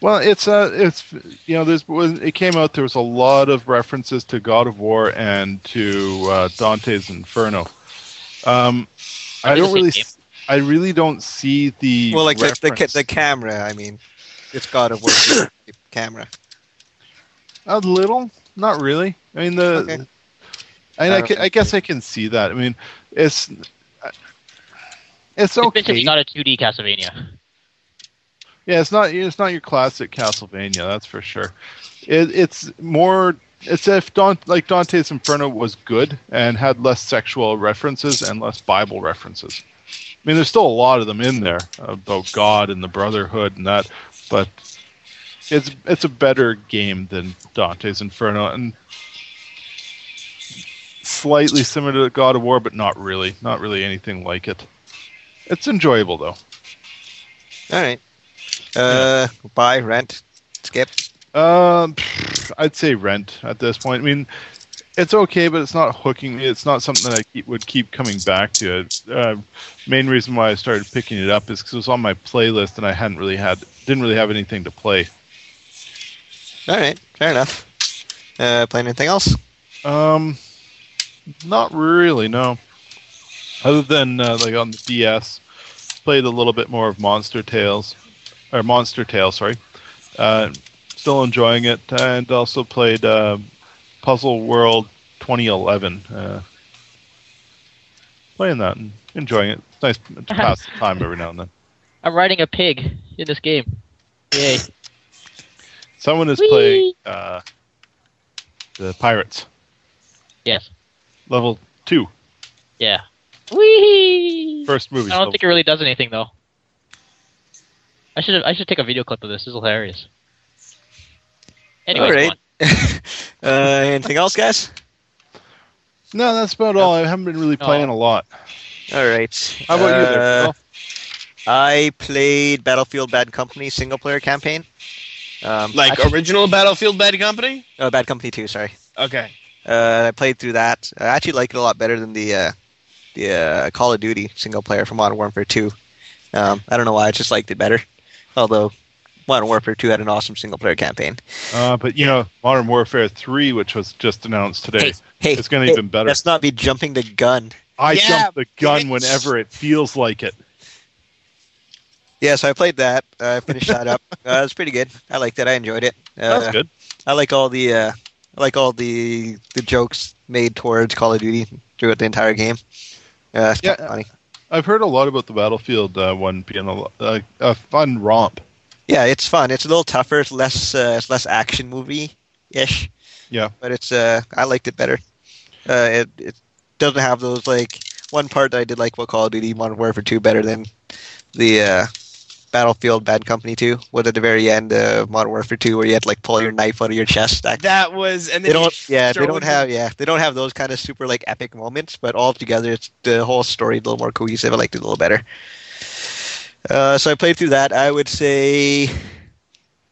Speaker 1: Well, it's uh, it's you know, there's when it came out. There was a lot of references to God of War and to uh, Dante's Inferno. Um, I
Speaker 3: Are they
Speaker 1: don't
Speaker 3: the
Speaker 1: really,
Speaker 3: same
Speaker 1: s- I really don't see the
Speaker 2: Well, like the, the, ca-
Speaker 1: reference.
Speaker 2: the camera. I mean, it's God of War 3D camera.
Speaker 1: A little, not really. I mean the.
Speaker 2: Okay.
Speaker 1: I, mean,
Speaker 2: I
Speaker 1: I,
Speaker 2: don't
Speaker 1: ca- I guess I can see that. I mean, it's it's
Speaker 3: It's
Speaker 1: okay.
Speaker 3: basically not a 2D Castlevania.
Speaker 1: yeah, it's not it's not your classic Castlevania, that's for sure. It, it's more it's if Don, like Dante's Inferno was good and had less sexual references and less Bible references. I mean, there's still a lot of them in there about God and the Brotherhood and that, but it's it's a better game than Dante's Inferno and slightly similar to God of War, but not really, not really anything like it. It's enjoyable though.
Speaker 2: All right. Uh, buy, rent, skip.
Speaker 1: Um, pfft, I'd say rent at this point. I mean, it's okay, but it's not hooking me. It's not something that I keep, would keep coming back to. It. Uh, main reason why I started picking it up is because it was on my playlist and I hadn't really had, didn't really have anything to play.
Speaker 2: All right, fair enough. Uh, play anything else?
Speaker 1: Um, not really, no. Other than uh, like on the DS, played a little bit more of Monster Tales, or Monster Tale, sorry. Uh, still enjoying it, and also played uh, Puzzle World 2011. Uh, playing that and enjoying it. It's nice to pass the time every now and then.
Speaker 3: I'm riding a pig in this game. Yay.
Speaker 1: Someone is
Speaker 3: Whee!
Speaker 1: playing uh, the Pirates
Speaker 3: Yes.
Speaker 1: level two,
Speaker 3: Yeah. Wee.
Speaker 1: first
Speaker 3: I
Speaker 1: movie.
Speaker 3: don't
Speaker 1: level
Speaker 3: think it really does anything though. I should I should take a video clip of this. This is hilarious. Anyways,
Speaker 2: All right.
Speaker 3: go on.
Speaker 2: uh, anything else, guys?
Speaker 1: No, that's about all. I haven't been really
Speaker 3: No.
Speaker 1: playing a lot.
Speaker 2: All right.
Speaker 1: How about you there?
Speaker 2: Uh,
Speaker 1: Phil?
Speaker 2: I played Battlefield Bad Company single player campaign. Um,
Speaker 4: Like
Speaker 2: actually-
Speaker 4: original Battlefield Bad Company?
Speaker 2: oh, Bad Company 2, sorry.
Speaker 4: Okay.
Speaker 2: Uh, I played through that. I actually like it a lot better than the uh, the uh, Call of Duty single player from Modern Warfare 2. Um, I don't know why, I just liked it better. Although Modern Warfare 2 had an awesome single player campaign.
Speaker 1: Uh, but you know, Modern Warfare Three, which was just announced today,
Speaker 2: Hey,
Speaker 1: it's going to
Speaker 2: hey,
Speaker 1: even better.
Speaker 2: let's not be jumping the gun.
Speaker 1: I
Speaker 4: Yeah,
Speaker 1: jump the gun
Speaker 4: bitch.
Speaker 1: whenever it feels like it.
Speaker 2: Yeah, so I played that. I finished that up. Uh, it was pretty good. I liked it. I enjoyed it. Uh,
Speaker 1: That's good.
Speaker 2: I like all the uh, I like all the the jokes made towards Call of Duty throughout the entire game. Uh, it's kinda
Speaker 1: Yeah.
Speaker 2: funny.
Speaker 1: I've heard a lot about the Battlefield uh, One being a, lo- a, a fun romp.
Speaker 2: Yeah, it's fun. It's a little tougher. It's less uh, it's less action movie ish.
Speaker 1: Yeah.
Speaker 2: but it's uh, I liked it better. Uh, it it doesn't have those like one part that I did like about Call of Duty Modern Warfare Two better than the uh, Battlefield Bad Company Two was at the very end of Modern Warfare Two where you had to like pull your knife out of your chest. That
Speaker 4: That was and
Speaker 2: they
Speaker 4: then
Speaker 2: don't yeah they
Speaker 4: throw
Speaker 2: don't
Speaker 4: in-
Speaker 2: have yeah they don't have those kind of super like epic moments but all together it's the whole story a little more cohesive i liked it a little better uh, so i played through that i would say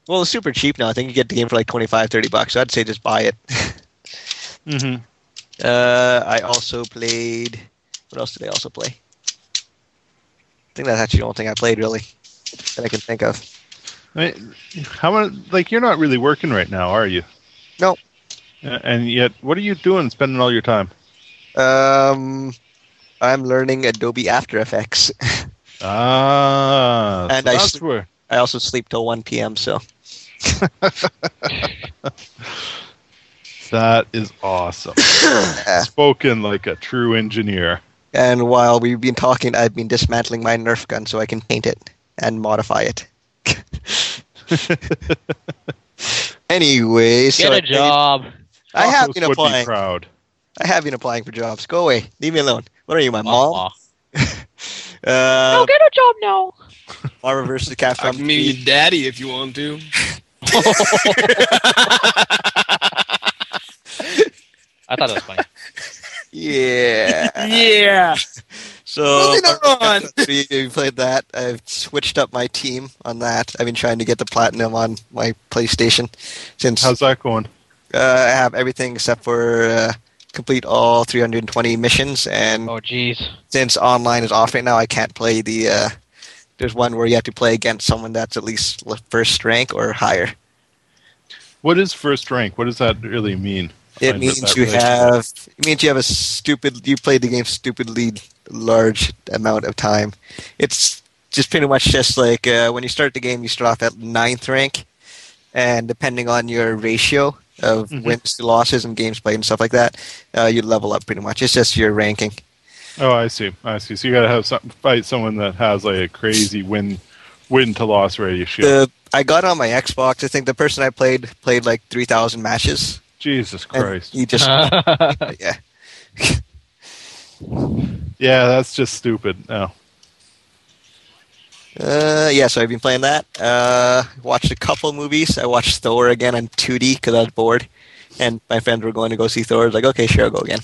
Speaker 2: well it's super cheap now i think you get the game for like 25 30 bucks so i'd say just buy it
Speaker 1: Mm-hmm.
Speaker 2: uh, i also played what else did i also play i think that's actually the only thing i played really that i can think of
Speaker 1: I mean, how many, like you're not really working right now, are you?
Speaker 2: No.
Speaker 1: Uh, And yet, what are you doing? Spending all your time?
Speaker 2: um, i'm learning adobe after effects
Speaker 1: Ah,
Speaker 2: And
Speaker 1: so
Speaker 2: I
Speaker 1: that's
Speaker 2: s-
Speaker 1: where.
Speaker 2: i also sleep till 1 p.m so
Speaker 1: That is awesome. Spoken like a true engineer.
Speaker 2: And while we've been talking, I've been dismantling my Nerf gun so I can paint it and modify it. anyway, so
Speaker 3: Get
Speaker 2: I
Speaker 3: a
Speaker 2: played-
Speaker 3: job.
Speaker 2: I have
Speaker 1: Tacos
Speaker 2: been
Speaker 1: would be
Speaker 2: applying.
Speaker 1: proud.
Speaker 2: I have been applying for jobs. Go away. Leave me alone. What are you, my mom?
Speaker 3: Aw.
Speaker 2: Uh,
Speaker 3: get a job now.
Speaker 2: Marvel versus Capcom.
Speaker 4: I can be your daddy if you want to.
Speaker 3: I thought that was funny.
Speaker 2: Yeah.
Speaker 3: Yeah.
Speaker 2: So
Speaker 4: Moving on.
Speaker 2: we played that. I've switched up my team on that. I've been trying to get the platinum on my PlayStation since uh,
Speaker 1: How's that going?
Speaker 2: I uh, have everything except for uh, complete all 320 missions. And
Speaker 3: Oh, jeez.
Speaker 2: since online is off right now, I can't play the. Uh, there's one where you have to play against someone that's at least le- first rank or higher.
Speaker 1: What is first rank? What does that really mean? I
Speaker 2: It
Speaker 1: read
Speaker 2: means
Speaker 1: that
Speaker 2: you
Speaker 1: really-
Speaker 2: have. It means you have a stupid. You played the game stupidly large amount of time. It's just pretty much just like uh, when you start the game, you start off at ninth rank, and depending on your ratio of
Speaker 1: Mhm.
Speaker 2: wins to losses and games played and stuff like that, uh, you level up pretty much. It's just your ranking.
Speaker 1: Oh, I see. I see. So you got to have some, fight someone that has like a crazy win win to loss ratio.
Speaker 2: The I got on my Xbox. I think the person I played played like three thousand matches.
Speaker 1: Jesus
Speaker 2: and
Speaker 1: Christ.
Speaker 2: He just yeah.
Speaker 1: yeah, that's just stupid. No.
Speaker 2: Uh, yeah, so I've been playing that. Uh, watched a couple movies. I watched Thor again on 2D because I was bored, and my friends were going to go see Thor. I was like, okay, sure, I'll go again.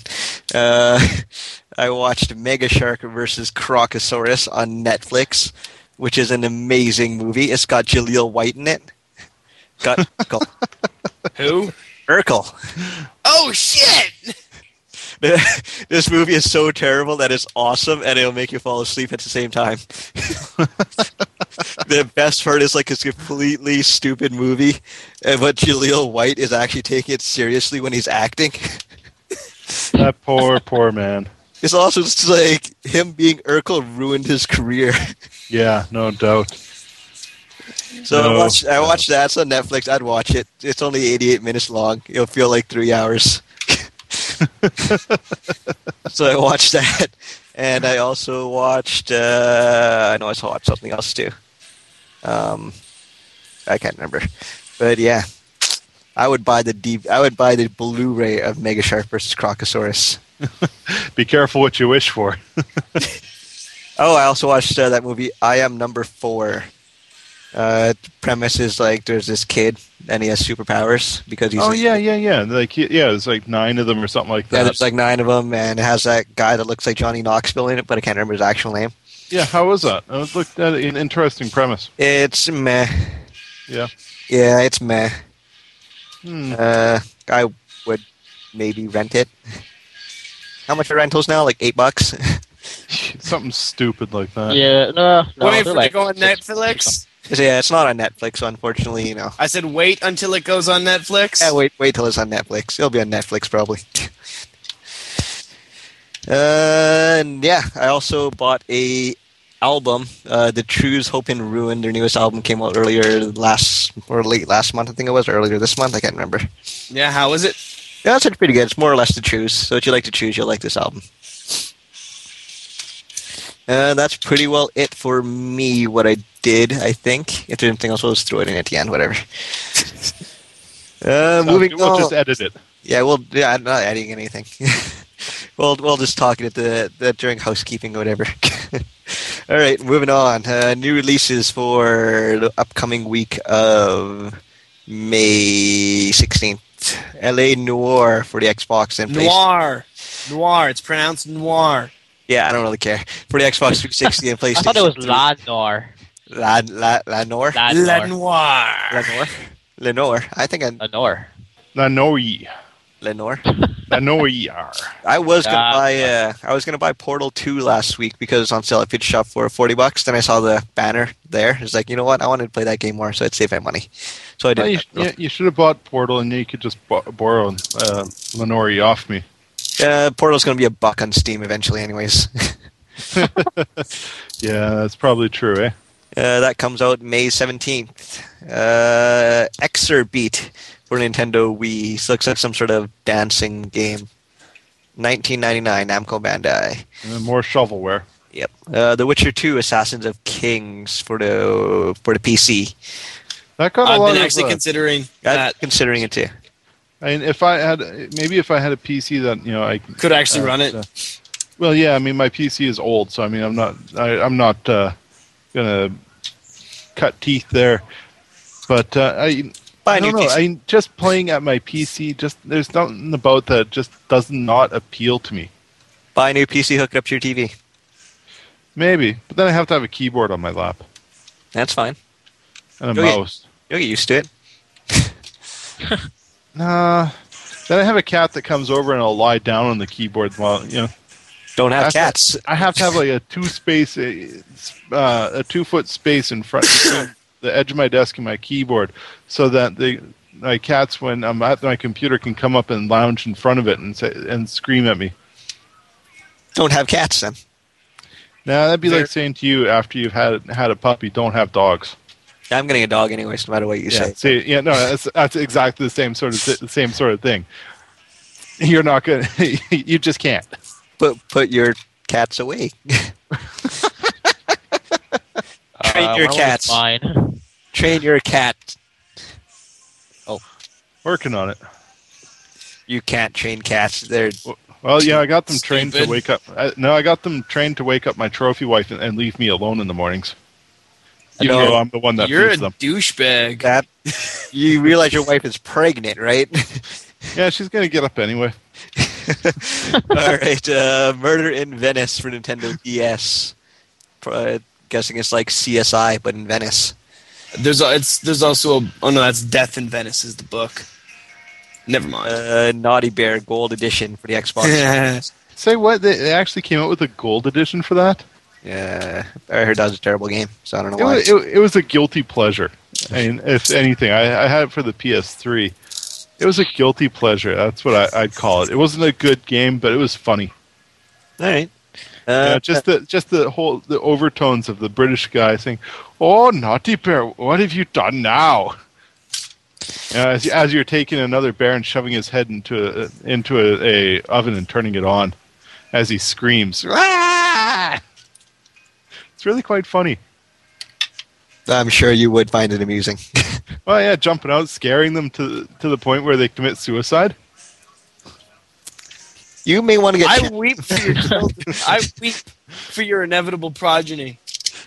Speaker 2: Uh, I watched Mega Shark versus Crocosaurus on Netflix, which is an amazing movie. It's got Jaleel White in it. Got Urkel.
Speaker 4: Who?
Speaker 2: Urkel.
Speaker 4: Oh shit!
Speaker 2: this movie is so terrible that it's awesome, and it'll make you fall asleep at the same time. the best part is like it's a completely stupid movie, and but Jaleel White is actually taking it seriously when he's acting.
Speaker 1: That poor, poor man.
Speaker 2: It's also just like him being Urkel ruined his career.
Speaker 1: Yeah, no doubt.
Speaker 2: So I
Speaker 1: No.
Speaker 2: watched, I watched that. It's on Netflix. I'd watch it. It's only 88 minutes long. It'll feel like three hours. so I watched that, and I also watched. Uh, I know I saw watched something else too. Um, I can't remember, but yeah, I would buy the D- I would buy the Blu-ray of Mega Shark versus Crocosaurus.
Speaker 1: Be careful what you wish for.
Speaker 2: Oh, I also watched uh, that movie. I am number four. Uh, the premise is like there's this kid and he has superpowers because he's
Speaker 1: oh
Speaker 2: a-
Speaker 1: yeah, yeah, yeah. Like yeah, there's like nine of them or something like
Speaker 2: yeah,
Speaker 1: that.
Speaker 2: there's like nine of them and it has that guy that looks like Johnny Knoxville in it, but I can't remember his actual name.
Speaker 1: Yeah, how was that? I looked at an interesting premise.
Speaker 2: It's meh.
Speaker 1: Yeah.
Speaker 2: Yeah, it's meh.
Speaker 1: Hmm.
Speaker 2: Uh, I would maybe rent it. How much are rentals now? Like eight bucks.
Speaker 1: Something stupid like that.
Speaker 3: Yeah. No. no they're
Speaker 4: wait for
Speaker 3: like
Speaker 4: it to go on
Speaker 3: six-
Speaker 4: Netflix.
Speaker 2: So, yeah, it's not on Netflix, so unfortunately. You know.
Speaker 4: I said wait until it goes on Netflix.
Speaker 2: Yeah, wait, wait till it's on Netflix. It'll be on Netflix probably. uh, and yeah, I also bought a album. Uh, the Trues Hope and Ruin. Their newest album came out earlier last or late last month. I think it was or earlier this month. I can't remember.
Speaker 4: Yeah, how is it?
Speaker 2: Yeah, it's pretty good. It's more or less the Trues. So if you like the Trues, you'll like this album. Uh, that's pretty well it for me. What I did, I think. If there's anything else, we'll just throw it in at the end. Whatever. Uh,
Speaker 1: Sounds
Speaker 2: moving
Speaker 1: good. We'll
Speaker 2: on.
Speaker 1: just edit it.
Speaker 2: Yeah, well, yeah, I'm not adding anything. we'll we'll just talk it at the, the during housekeeping or whatever. All right, moving on. Uh, new releases for the upcoming week of May sixteenth. L.A. Noir for the Xbox and PlayStation.
Speaker 4: Noir. Noir. It's pronounced noir.
Speaker 2: Yeah, I don't really care for the Xbox 360 and PlayStation.
Speaker 3: I thought it was
Speaker 2: 3.
Speaker 3: Lanor.
Speaker 2: La La La Noir.
Speaker 4: La
Speaker 3: Lanor.
Speaker 4: noir.
Speaker 3: Lanor.
Speaker 2: Lenore. I think I
Speaker 3: Lanor.
Speaker 1: I know ye.
Speaker 2: Lenore.
Speaker 1: I know ye are.
Speaker 2: I was gonna
Speaker 3: Ah.
Speaker 2: buy. Uh, I was gonna buy Portal Two last week because it's on sale at Fit Shop for forty bucks. Then I saw the banner there. It's like, you know what? I wanted to play that game more, so I'd save my money. So I
Speaker 1: Well, you,
Speaker 2: did.
Speaker 1: you, you should have bought Portal, and you could just bo- borrow uh, Lenore off me.
Speaker 2: Uh, Portal's gonna be a buck on Steam eventually, anyways. uh,
Speaker 1: Yeah, that's probably true, eh?
Speaker 2: Uh, that comes out May seventeenth. Uh, Xer Beat for Nintendo Wii. This looks like some sort of dancing game. Nineteen ninety nine, Namco Bandai.
Speaker 1: And then Uh, more shovelware.
Speaker 2: Yep. Uh, the Witcher Two: Assassins of Kings for the for the PC.
Speaker 1: That got a
Speaker 4: I've
Speaker 1: lot
Speaker 4: been
Speaker 1: of.
Speaker 4: actually
Speaker 1: uh,
Speaker 4: considering
Speaker 2: I'm
Speaker 4: that
Speaker 2: considering it too.
Speaker 1: I mean, if I had maybe if I had a PC that you know I
Speaker 4: could actually run it.
Speaker 1: uh, well, yeah. I mean, my PC is old, so I mean, I'm not I, I'm not uh, gonna cut teeth there. But uh, I,
Speaker 2: Buy
Speaker 1: I
Speaker 2: a new
Speaker 1: don't know.
Speaker 2: PC.
Speaker 1: I just playing at my PC. Just there's nothing about that just does not appeal to me.
Speaker 2: Buy a new PC, hook it up to your TV.
Speaker 1: Maybe, but then I have to have a keyboard on my lap
Speaker 2: That's fine.
Speaker 1: and a
Speaker 2: Okay.
Speaker 1: mouse.
Speaker 2: You'll get used to it.
Speaker 1: Nah. Then I have a cat that comes over and I'll lie down on the keyboard while you know.
Speaker 2: Don't have
Speaker 1: That's it.
Speaker 2: cats.
Speaker 1: I have to have like a two space, uh, a two foot space in front between the edge of my desk and my keyboard, so that the my cats, when I'm at my computer, can come up and lounge in front of it and say and scream at me.
Speaker 2: Don't have cats then.
Speaker 1: Now that'd be
Speaker 4: There-
Speaker 1: like saying to you after you've had had a puppy, don't have dogs.
Speaker 2: I'm getting a dog anyways, no matter what you
Speaker 1: Yeah,
Speaker 2: say.
Speaker 1: see, yeah, no, that's that's exactly the same sort of thi- the same sort of thing. You're not gonna, you just can't.
Speaker 2: Put put your cats away. Train
Speaker 3: Uh,
Speaker 2: your
Speaker 3: when was
Speaker 2: cats.
Speaker 3: Mine.
Speaker 2: Train your cat.
Speaker 1: Working on it.
Speaker 2: You can't train cats. They're
Speaker 1: Well, yeah, I got them trained to
Speaker 5: Stupid.
Speaker 1: wake up. I, no, I got them trained to wake up my trophy wife and, and leave me alone in the mornings. Even
Speaker 2: No,
Speaker 1: though I'm the one that
Speaker 5: You're a
Speaker 1: feeds them.
Speaker 5: douchebag.
Speaker 2: that. You realize your wife is pregnant, right?
Speaker 1: Yeah, she's gonna get up anyway.
Speaker 2: All right. Uh, Murder in Venice for Nintendo DS. Pro- uh, guessing it's like CSI, but in Venice.
Speaker 4: There's a, it's there's also a oh no that's Death in Venice is the book. Never mind.
Speaker 2: Uh, Naughty Bear Gold Edition for the Xbox.
Speaker 4: Uh,
Speaker 1: Say what? They, they actually came out with a gold edition for that.
Speaker 2: yeah, I heard that was a terrible game, so I don't know
Speaker 1: It
Speaker 2: why.
Speaker 1: was, it, it was a guilty pleasure. I mean, if anything, I, I had it for the PS3. It was a guilty pleasure. That's what I, I'd call it. It wasn't a good game, but it was funny.
Speaker 2: All right. Uh,
Speaker 1: Yeah, just the just the whole the overtones of the British guy saying, "Oh, naughty bear, what have you done now?" Yeah, as, as you're taking another bear and shoving his head into a, into a, a oven and turning it on, as he screams, "Ah!" It's really quite funny.
Speaker 2: I'm sure you would find it amusing.
Speaker 1: Well, yeah, jumping out, scaring them to to the point where they commit suicide.
Speaker 2: you may want to get.
Speaker 4: I weep for your children. I weep for your inevitable progeny.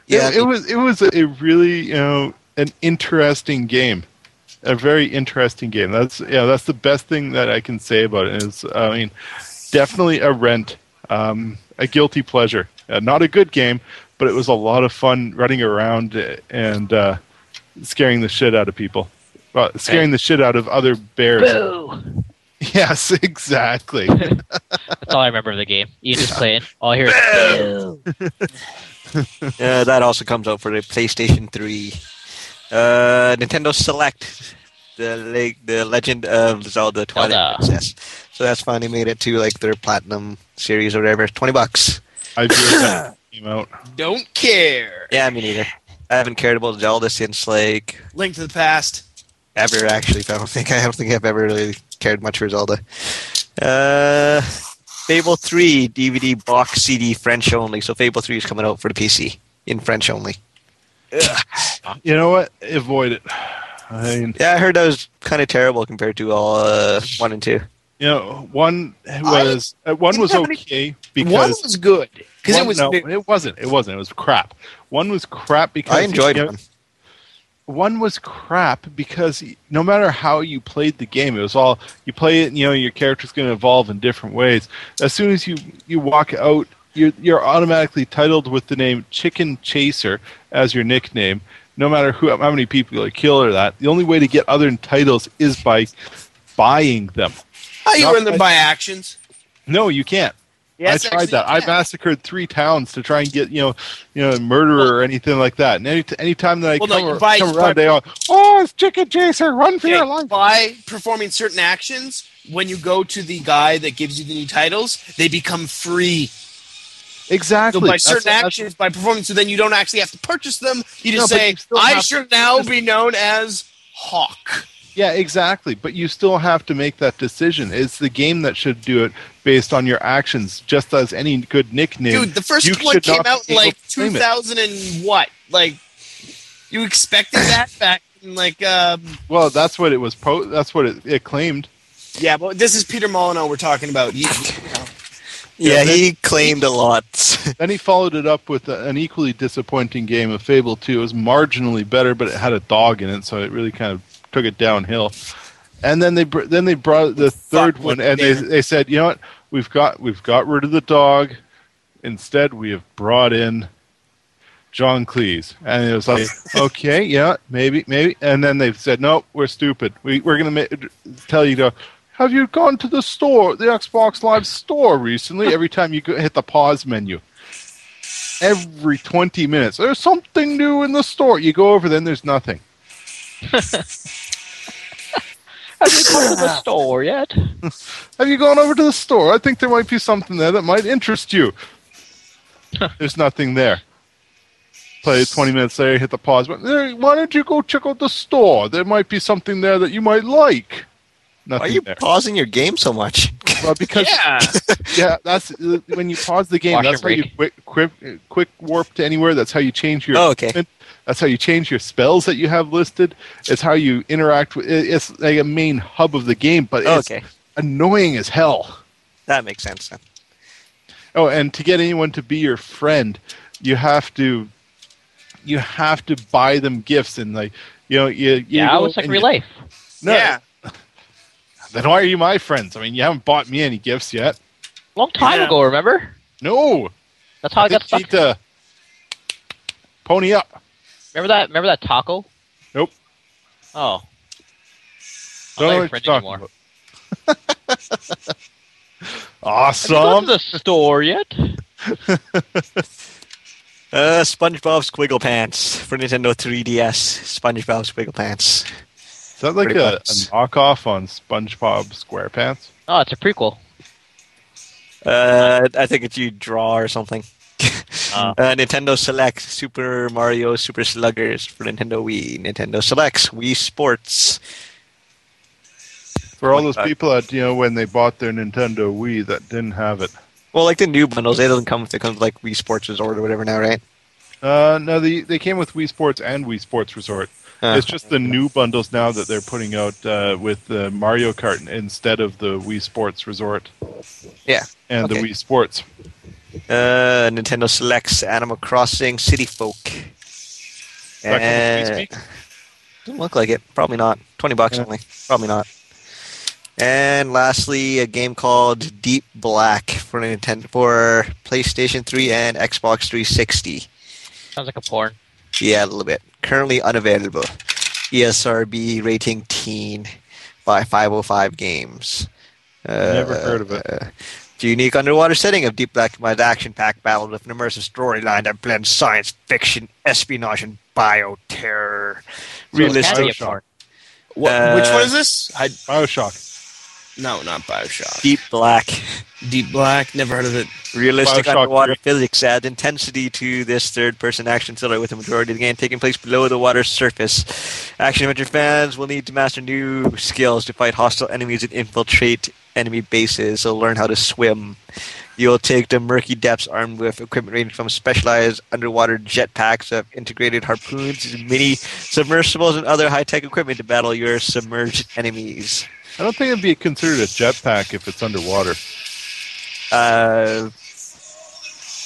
Speaker 2: yeah,
Speaker 1: it, it was it was a really you know an interesting game, a very interesting game. That's yeah, that's the best thing that I can say about it. Is I mean, definitely a rent, um, a guilty pleasure. Uh, not a good game, but it was a lot of fun running around and uh, scaring the shit out of people, well, scaring the shit out of other bears.
Speaker 3: Boo!
Speaker 1: Yes, exactly.
Speaker 3: That's all I remember of the game. You just play it. All I hear is boo.
Speaker 2: Uh, that also comes out for the PlayStation 3. Uh, Nintendo Select, the le- the Legend of Zelda Twilight
Speaker 3: Zelda.
Speaker 2: Princess. So that's finally made it to like their platinum series or whatever. Twenty bucks.
Speaker 1: I feel that came out.
Speaker 4: Don't care.
Speaker 2: Yeah, me neither. I haven't cared about Zelda since like
Speaker 4: Link to the past.
Speaker 2: ever. Actually, I don't think I don't think I've ever really cared much for Zelda. Uh, Fable 3 DVD box CD French only. So Fable 3 is coming out for the PC in French only.
Speaker 1: You know what? Avoid it. I mean,
Speaker 2: Yeah, I heard that was kind of terrible compared to all uh, one and two.
Speaker 1: You know, one was uh one
Speaker 4: didn't
Speaker 1: was
Speaker 4: have any-
Speaker 1: okay
Speaker 4: One
Speaker 1: because
Speaker 4: was good because it
Speaker 1: one-
Speaker 4: was
Speaker 1: no,
Speaker 4: new.
Speaker 1: it wasn't. It wasn't. It was crap. One was crap because
Speaker 2: I enjoyed
Speaker 1: you know,
Speaker 2: one.
Speaker 1: one was crap because no matter how you played the game, it was all you play it. and, You know, your character's going to evolve in different ways. As soon as you you walk out, you're you're automatically titled with the name Chicken Chaser as your nickname. No matter who, how many people you kill or that, the only way to get other titles is by buying them.
Speaker 4: How you
Speaker 1: Not
Speaker 4: earn them by actions?
Speaker 1: No, you can't.
Speaker 4: Yes,
Speaker 1: I tried
Speaker 4: actually,
Speaker 1: that.
Speaker 4: you
Speaker 1: I
Speaker 4: can.
Speaker 1: massacred three towns to try and get you know, you know, a murderer or anything like that. And any any time that I
Speaker 4: Well, no,
Speaker 1: come,
Speaker 4: you
Speaker 1: ar-
Speaker 4: buy-
Speaker 1: come
Speaker 4: you buy-
Speaker 1: around, they all, oh, it's Chicken Chaser, run for your
Speaker 4: Okay,
Speaker 1: life.
Speaker 4: by performing certain actions, when you go to the guy that gives you the new titles, they become free.
Speaker 1: Exactly.
Speaker 4: So by
Speaker 1: That's-
Speaker 4: certain
Speaker 1: that's-
Speaker 4: actions, by performing, so then you don't actually have to purchase them. You
Speaker 1: No,
Speaker 4: just
Speaker 1: but
Speaker 4: say,
Speaker 1: you still
Speaker 4: "I
Speaker 1: have
Speaker 4: shall
Speaker 1: to
Speaker 4: now
Speaker 1: purchase
Speaker 4: be known as Hawk."
Speaker 1: yeah, exactly. But you still have to make that decision. It's the game that should do it based on your actions, just as any good nickname.
Speaker 4: Dude, the first
Speaker 1: you
Speaker 4: one
Speaker 1: should
Speaker 4: came
Speaker 1: not
Speaker 4: out
Speaker 1: be
Speaker 4: in
Speaker 1: able
Speaker 4: like
Speaker 1: to claim it.
Speaker 4: 2000 and what? Like, you expected that back in like, um,
Speaker 1: Well, that's what it was. Po- that's what it, it claimed.
Speaker 4: yeah, but this is Peter Molyneux we're talking about. He-
Speaker 2: Yeah, he claimed a lot.
Speaker 1: Then he followed it up with a, an equally disappointing game of Fable 2. It was marginally better, but it had a dog in it, so it really kind of took it downhill. And then they br- then they brought the third
Speaker 4: with
Speaker 1: one, and they,
Speaker 4: David.
Speaker 1: they said, you know what? we've got we've got rid of the dog. Instead, we have brought in John Cleese, and it was like, okay, yeah, maybe, maybe. And then they've said, no, we're stupid. We we're gonna ma- tell you to. Have you gone to the store, the Xbox Live store recently? Every time you go, hit the pause menu, every 20 minutes. There's something new in the store. You go over, then there's nothing.
Speaker 3: Have you gone to the store yet?
Speaker 1: Have you gone over to the store? I think there might be something there that might interest you. there's nothing there. Play 20 minutes later, hit the pause button. There, why don't you go check out the store? There might be something there that you might like. Nothing
Speaker 2: Why are you
Speaker 1: there.
Speaker 2: pausing your game so much?
Speaker 1: Well, because
Speaker 3: Yeah.
Speaker 1: yeah, that's uh, when you pause the game.
Speaker 3: Wash
Speaker 1: that's how
Speaker 3: and
Speaker 1: you quick, quick quick warp to anywhere. That's how you change your.
Speaker 2: Oh, okay.
Speaker 1: equipment. That's how you change your spells that you have listed. It's how you interact with. it- It's like a main hub of the game, but
Speaker 2: Oh,
Speaker 1: it's
Speaker 2: okay.
Speaker 1: annoying as hell.
Speaker 2: That makes sense then.
Speaker 1: Oh, and to get anyone to be your friend, you have to. You have to buy them gifts and like you know you, you
Speaker 3: Yeah,
Speaker 1: go
Speaker 3: it's like
Speaker 1: and
Speaker 3: real
Speaker 1: you-
Speaker 3: life.
Speaker 1: No,
Speaker 4: yeah.
Speaker 1: Then why are you my friends? I mean, you haven't bought me any gifts yet.
Speaker 3: Long time
Speaker 4: Yeah.
Speaker 3: ago, remember?
Speaker 1: No,
Speaker 3: Oh, That's how I, got
Speaker 1: think you need to
Speaker 3: stuck.
Speaker 1: pony up.
Speaker 3: Remember that? Remember that taco?
Speaker 1: Nope.
Speaker 3: Oh,
Speaker 1: Don't
Speaker 3: not
Speaker 1: know
Speaker 3: your
Speaker 1: what
Speaker 3: friend
Speaker 1: you're
Speaker 3: anymore.
Speaker 1: talking about.
Speaker 3: have you gone to
Speaker 1: awesome.
Speaker 3: the store yet?
Speaker 2: Uh, SpongeBob Squiggle Pants for Nintendo 3DS. SpongeBob Squiggle Pants.
Speaker 1: Is that like
Speaker 2: Pretty
Speaker 1: a, a
Speaker 2: much.
Speaker 1: knockoff on SpongeBob SquarePants?
Speaker 3: Oh, it's a prequel.
Speaker 2: Uh, I think it's you draw or something.
Speaker 3: Uh.
Speaker 2: Uh, Nintendo Select, Super Mario, Super Sluggers for Nintendo Wii, Nintendo Selects, Wii Sports.
Speaker 1: For all
Speaker 2: Like
Speaker 1: those
Speaker 2: that.
Speaker 1: people that you know when they bought their Nintendo Wii that didn't have it.
Speaker 2: Well, like the new bundles, they don't come with it comes with, like Wii Sports Resort or whatever now, right?
Speaker 1: Uh, no, they they came with Wii Sports and Wii Sports Resort.
Speaker 2: Uh,
Speaker 1: It's just the new bundles now that they're putting out uh, with uh, Mario Kart instead of the Wii Sports Resort
Speaker 2: yeah.
Speaker 1: and the
Speaker 2: Okay.
Speaker 1: Wii Sports.
Speaker 2: Uh, Nintendo Selects, Animal Crossing, City Folk.
Speaker 1: Is that coming to Wii
Speaker 2: Uh,
Speaker 1: Speak?
Speaker 2: Doesn't look like it. Probably not. Twenty bucks
Speaker 1: Yeah.
Speaker 2: only. Probably not. And lastly, a game called Deep Black for Nintendo for PlayStation 3 and Xbox 360.
Speaker 3: Sounds like a porn.
Speaker 2: Yeah, a little bit. Currently unavailable. E ESRB rating teen by 505 Games. Uh,
Speaker 1: Never heard of it.
Speaker 2: the unique underwater setting of Deep Black Mud action packed battle with an immersive storyline that blends science fiction, espionage, and
Speaker 1: So
Speaker 2: bioterror.
Speaker 1: it
Speaker 3: Can't
Speaker 1: Realistic.
Speaker 3: be a
Speaker 1: Bioshock.
Speaker 3: porn.
Speaker 4: What,
Speaker 2: Uh,
Speaker 4: which one is this? I,
Speaker 1: Bioshock.
Speaker 4: no, not Bioshock.
Speaker 2: Deep Black.
Speaker 4: Deep Black. Never heard of it.
Speaker 2: Realistic
Speaker 1: Bioshock
Speaker 2: underwater
Speaker 1: three.
Speaker 2: physics add intensity to this third-person action thriller, with the majority of the game taking place below the water's surface. Action adventure fans will need to master new skills to fight hostile enemies and infiltrate enemy bases. So learn how to swim. You'll take to murky depths armed with equipment ranging from specialized underwater jetpacks of integrated harpoons, to mini submersibles, and other high-tech equipment to battle your submerged enemies.
Speaker 1: I don't think it'd be considered a jetpack if it's underwater.
Speaker 2: Uh,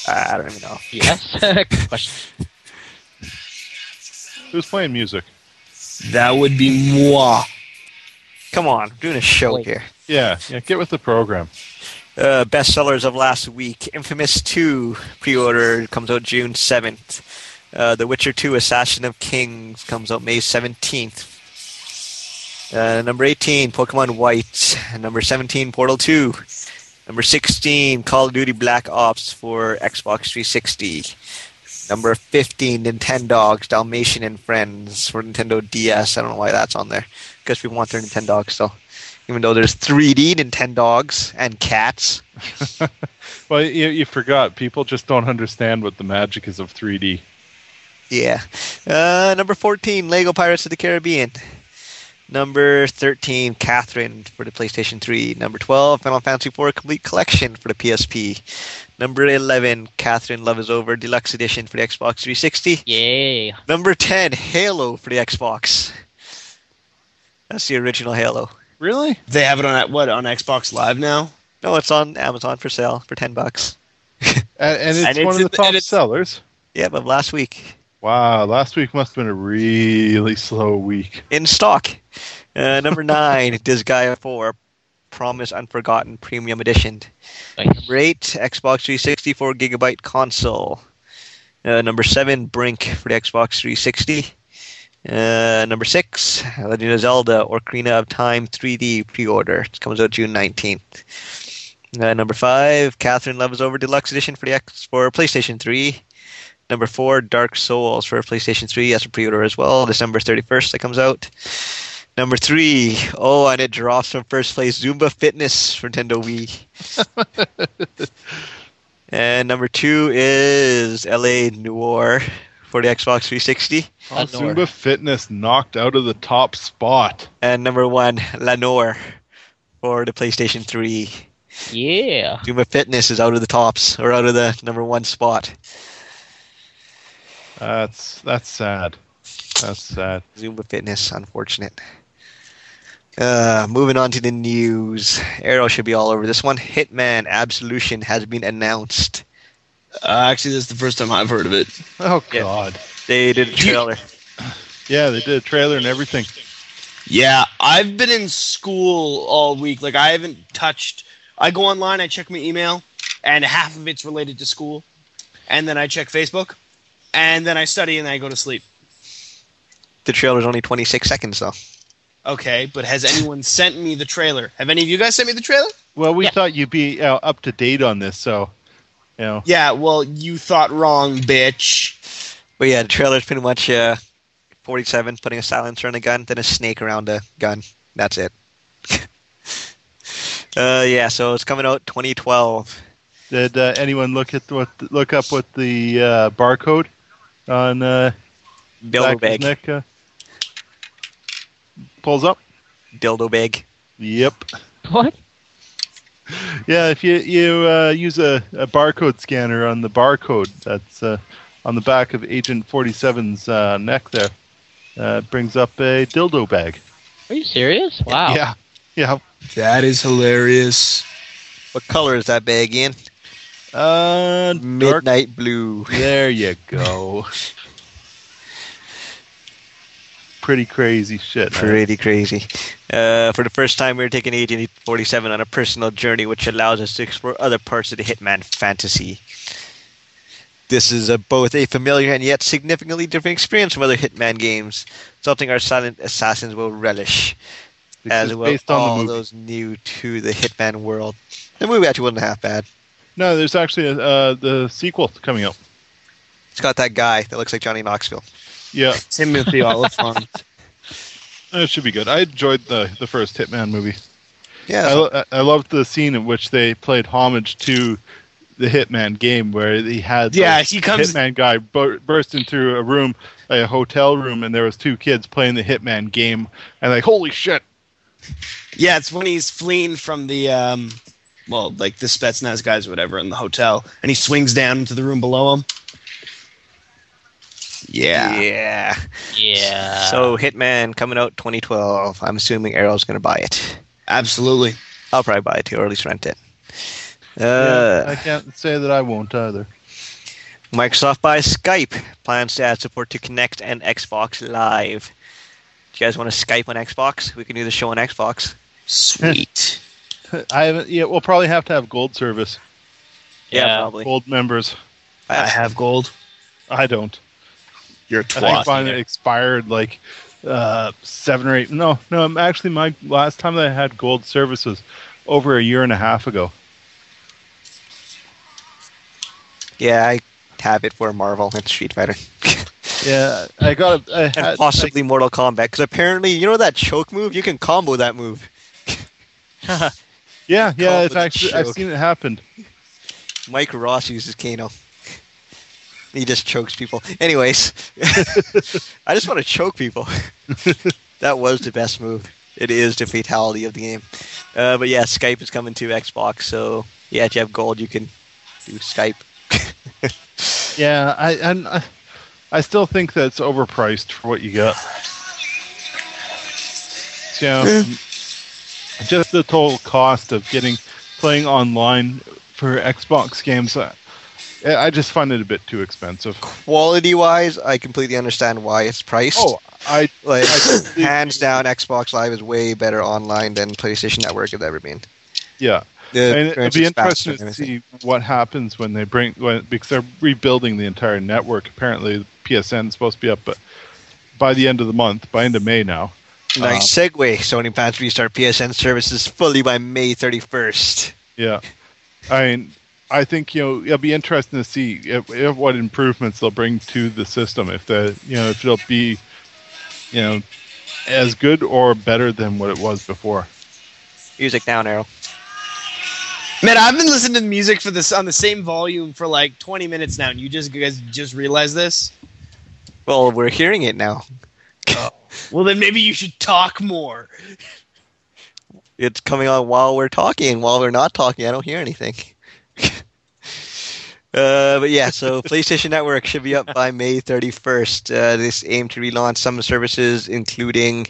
Speaker 2: I don't even know.
Speaker 3: Yes. Question.
Speaker 1: Who's playing music?
Speaker 4: That would be moi.
Speaker 2: Come on, I'm doing a show
Speaker 3: Wait.
Speaker 2: here.
Speaker 1: Yeah, yeah. Get with the program.
Speaker 2: uh, bestsellers of last week. Infamous 2 pre order comes out June 7th. Uh, the Witcher 2 Assassin of Kings comes out May 17th. Uh, number 18, Pokemon White. Number 17, Portal 2. Number 16, Call of Duty Black Ops for Xbox 360. Number 15, Nintendogs, Dalmatian and Friends for Nintendo DS. I don't know why that's on there. Because we want their Nintendogs still. Even though there's 3D Nintendogs and cats.
Speaker 1: Well, you, you forgot. People just don't understand what the magic is of 3D.
Speaker 2: Yeah. Uh, number 14, Lego Pirates of the Caribbean. Number 13, Catherine for the PlayStation 3. Number 12, Final Fantasy IV Complete Collection for the PSP. Number 11, Catherine Love is Over Deluxe Edition for the Xbox 360.
Speaker 3: Yay.
Speaker 2: Number 10, Halo for the Xbox. That's the original Halo.
Speaker 1: Really?
Speaker 4: They have it on that- what on Xbox Live now.
Speaker 2: No, it's on Amazon for sale for 10 bucks.
Speaker 1: And, and it's
Speaker 4: And it's
Speaker 1: one
Speaker 4: in
Speaker 1: of the
Speaker 4: the-
Speaker 1: top
Speaker 4: and it's-
Speaker 1: sellers.
Speaker 2: Yeah, but last week.
Speaker 1: Wow, last week must have been a really slow week.
Speaker 2: in stock. Uh, number nine, Disgaea 4 Promise Unforgotten Premium Edition.
Speaker 3: Nice.
Speaker 2: Number eight, Xbox 360 4 gigabyte console. Uh, number seven, Brink for the Xbox 360. Uh, number six, Legend of Zelda Ocarina of Time 3D pre-order. It comes out June 19th. Uh, number five, Catherine Love is Over Deluxe Edition for the X for PlayStation 3. Number four, Dark Souls for PlayStation 3. That's a pre-order as well. December 31st, that comes out. Number three, oh, and it drops from first place, Zumba Fitness for Nintendo Wii. And number two is LA Noir for the Xbox 360.
Speaker 3: Uh, Nor.
Speaker 1: Zumba Fitness knocked out of the top spot.
Speaker 2: And number one, Lanor for the PlayStation 3.
Speaker 3: Yeah.
Speaker 2: Zumba Fitness is out of the tops, or out of the number one spot.
Speaker 1: That's that's sad. That's sad.
Speaker 2: Zumba Fitness, unfortunate. Uh, moving on to the news. Arrow should be all over this one. Hitman Absolution has been announced.
Speaker 4: Uh, actually, this is the first time I've heard of it.
Speaker 1: Oh
Speaker 2: Yeah.
Speaker 1: God.
Speaker 2: They did a trailer.
Speaker 1: Yeah, they did a trailer and everything.
Speaker 4: Yeah, I've been in school all week. Like I haven't touched. I go online, I check my email, and half of it's related to school, and then I check Facebook, and then I study and I go to sleep.
Speaker 2: The trailer's only 26 seconds, though.
Speaker 4: Okay, but has anyone sent me the trailer? Have any of you guys sent me the trailer?
Speaker 1: Well, we
Speaker 3: Yeah.
Speaker 1: thought you'd be uh, up to date on this, so you know.
Speaker 4: Yeah. Well, you thought wrong, bitch.
Speaker 2: But yeah, the trailer's pretty much uh, 47 putting a silencer on a gun, then a snake around a gun. That's it. uh, yeah, so it's coming out 2012.
Speaker 1: Did uh, anyone look at what look up what the uh, barcode on uh,
Speaker 2: Dildo
Speaker 1: Zach's
Speaker 2: bag.
Speaker 1: neck uh, pulls up?
Speaker 2: Dildo bag.
Speaker 1: Yep.
Speaker 3: What?
Speaker 1: Yeah, if you you uh, use a, a barcode scanner on the barcode that's uh, on the back of Agent 47's uh, neck there, uh, it brings up a dildo bag.
Speaker 3: Are you serious? Wow.
Speaker 1: Yeah, yeah.
Speaker 4: That is hilarious.
Speaker 2: What color is that bag in?
Speaker 1: Uh, dark.
Speaker 2: Midnight blue.
Speaker 1: There you go. Pretty crazy shit. man.
Speaker 2: Pretty crazy. Uh, for the first time, we're taking Agent 47 on a personal journey, which allows us to explore other parts of the Hitman fantasy. This is a, both a familiar and yet significantly different experience from other Hitman games, something our silent assassins will relish,
Speaker 1: This
Speaker 2: as
Speaker 1: is
Speaker 2: well
Speaker 1: based on the
Speaker 2: all
Speaker 1: movie.
Speaker 2: those new to the Hitman world. The movie actually wasn't half bad.
Speaker 1: No, there's actually a, uh, the sequel coming out.
Speaker 2: It's got that guy that looks like Johnny Knoxville.
Speaker 1: Yeah,
Speaker 4: Timothy Oliphant.
Speaker 1: it should be good. I enjoyed the the first Hitman movie.
Speaker 2: Yeah,
Speaker 1: I, lo- I loved the scene in which they played homage to the Hitman game, where he had the
Speaker 4: yeah, he comes.
Speaker 1: Hitman guy bur- burst into a room, a hotel room, and there was two kids playing the Hitman game, and like, holy shit!
Speaker 4: Yeah, it's when he's fleeing from the um, well, like the Spetsnaz guys or whatever in the hotel, and he swings down into the room below him. Yeah.
Speaker 2: yeah.
Speaker 3: Yeah.
Speaker 2: So Hitman coming out 2012. I'm assuming Arrow's going to buy it.
Speaker 4: absolutely.
Speaker 2: I'll probably buy it too, or at least rent it.
Speaker 1: Yeah,
Speaker 2: Uh,
Speaker 1: I can't say that I won't either.
Speaker 2: Microsoft buys Skype. Plans to add support to Connect and Xbox Live. Do you guys want to Skype on Xbox? We can do the show on Xbox.
Speaker 4: Sweet.
Speaker 1: I haven't. Yeah, we'll probably have to have gold service,
Speaker 2: Yeah,
Speaker 3: Yeah.
Speaker 2: probably.
Speaker 1: gold members.
Speaker 4: I have gold.
Speaker 1: I don't.
Speaker 4: You're a
Speaker 1: I think
Speaker 4: twat.
Speaker 1: mine expired like uh, seven or eight. No, no. um, Actually, my last time that I had gold service was over a year and a half ago.
Speaker 2: Yeah, I have it for Marvel and Street Fighter.
Speaker 1: Yeah, I got. A, I
Speaker 2: and
Speaker 1: had,
Speaker 2: possibly Mortal Kombat, because apparently, you know that choke move? You can combo that move.
Speaker 1: yeah, yeah.
Speaker 2: Call
Speaker 1: It's
Speaker 2: it a
Speaker 1: actually I've
Speaker 2: joke.
Speaker 1: seen it happen.
Speaker 2: Mike Ross uses Kano. He just chokes people. Anyways, I just want to choke people. that was the best move. It is the fatality of the game. Uh, but yeah, Skype is coming to Xbox. So yeah, if you have gold, you can do Skype.
Speaker 1: Yeah, I and I, I still think that's overpriced for what you got. Yeah, just the total cost of getting playing online for Xbox games. uh, I I just find it a bit too expensive.
Speaker 2: Quality wise, I completely understand why it's priced.
Speaker 1: Oh, I
Speaker 2: like
Speaker 1: I-
Speaker 2: hands down, Xbox Live is way better online than PlayStation Network has ever been.
Speaker 1: yeah.
Speaker 2: The
Speaker 1: and it'd
Speaker 2: experience
Speaker 1: be
Speaker 2: is
Speaker 1: interesting
Speaker 2: faster and
Speaker 1: to
Speaker 2: everything.
Speaker 1: see what happens when they bring when, because they're rebuilding the entire network. Apparently, PSN is supposed to be up, but by the end of the month, by end of May now.
Speaker 2: Nice segue. Sony plans to restart PSN services fully by May 31st.
Speaker 1: Yeah, I mean, I think you know it'll be interesting to see if, if what improvements they'll bring to the system. If the you know if it'll be you know as good or better than what it was before.
Speaker 2: Music down, Arrow.
Speaker 4: Man, I've been listening to the music for this on the same volume for like 20 minutes now, and you just you guys just realized this.
Speaker 2: Well, we're hearing it now.
Speaker 4: Well, then maybe you should talk more.
Speaker 2: It's coming on while we're talking. While we're not talking, I don't hear anything. uh, but yeah, so PlayStation Network should be up by May 31st. Uh, this aim to relaunch some services, including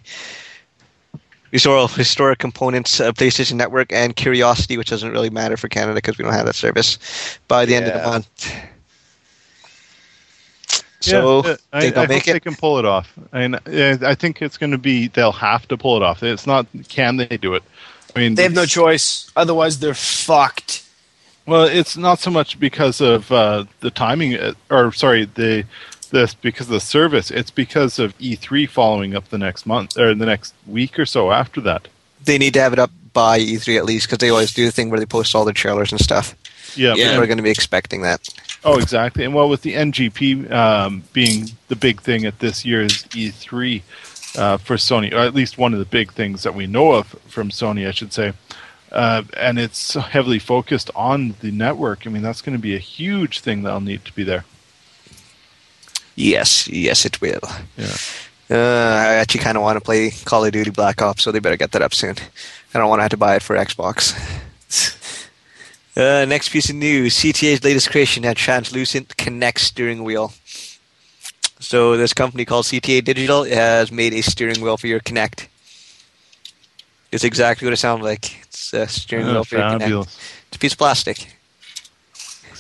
Speaker 2: historical, historic components of PlayStation Network and Curiosity, which doesn't really matter for Canada because we don't have that service, by the end of the
Speaker 4: Yeah.
Speaker 2: month. So
Speaker 1: Yeah, I,
Speaker 2: they
Speaker 1: I
Speaker 2: don't
Speaker 1: think
Speaker 2: make
Speaker 1: they
Speaker 2: it.
Speaker 1: can pull it off, and uh, I think it's going to be they'll have to pull it off. It's not can they do it. I mean,
Speaker 4: They have no choice. Otherwise, they're fucked.
Speaker 1: Well, it's not so much because of uh, the timing, uh, or sorry, the this because of the service. It's because of E3 following up the next month or the next week or so after that.
Speaker 2: They need to have it up by E3 at least because they always do the thing where they post all their trailers and stuff.
Speaker 1: Yeah.
Speaker 4: Yeah.
Speaker 2: People are going to be expecting that.
Speaker 1: Oh, exactly. And well, with the NGP um, being the big thing at this year's E3 uh, for Sony, or at least one of the big things that we know of from Sony, I should say. Uh, and it's heavily focused on the network. I mean, that's going to be a huge thing that'll need to be there.
Speaker 2: Yes, yes, it will.
Speaker 1: Yeah.
Speaker 2: Uh, I actually kind of want to play Call of Duty Black Ops, so they better get that up soon. I don't want to have to buy it for Xbox. uh, next piece of news: CTA's latest creation, a translucent Kinect steering wheel. So this company called CTA Digital has made a steering wheel for your Kinect. It's exactly what it sounds like. It's a steering
Speaker 1: Oh,
Speaker 2: wheel for your Kinect.
Speaker 1: fabulous.
Speaker 2: It's a piece of plastic.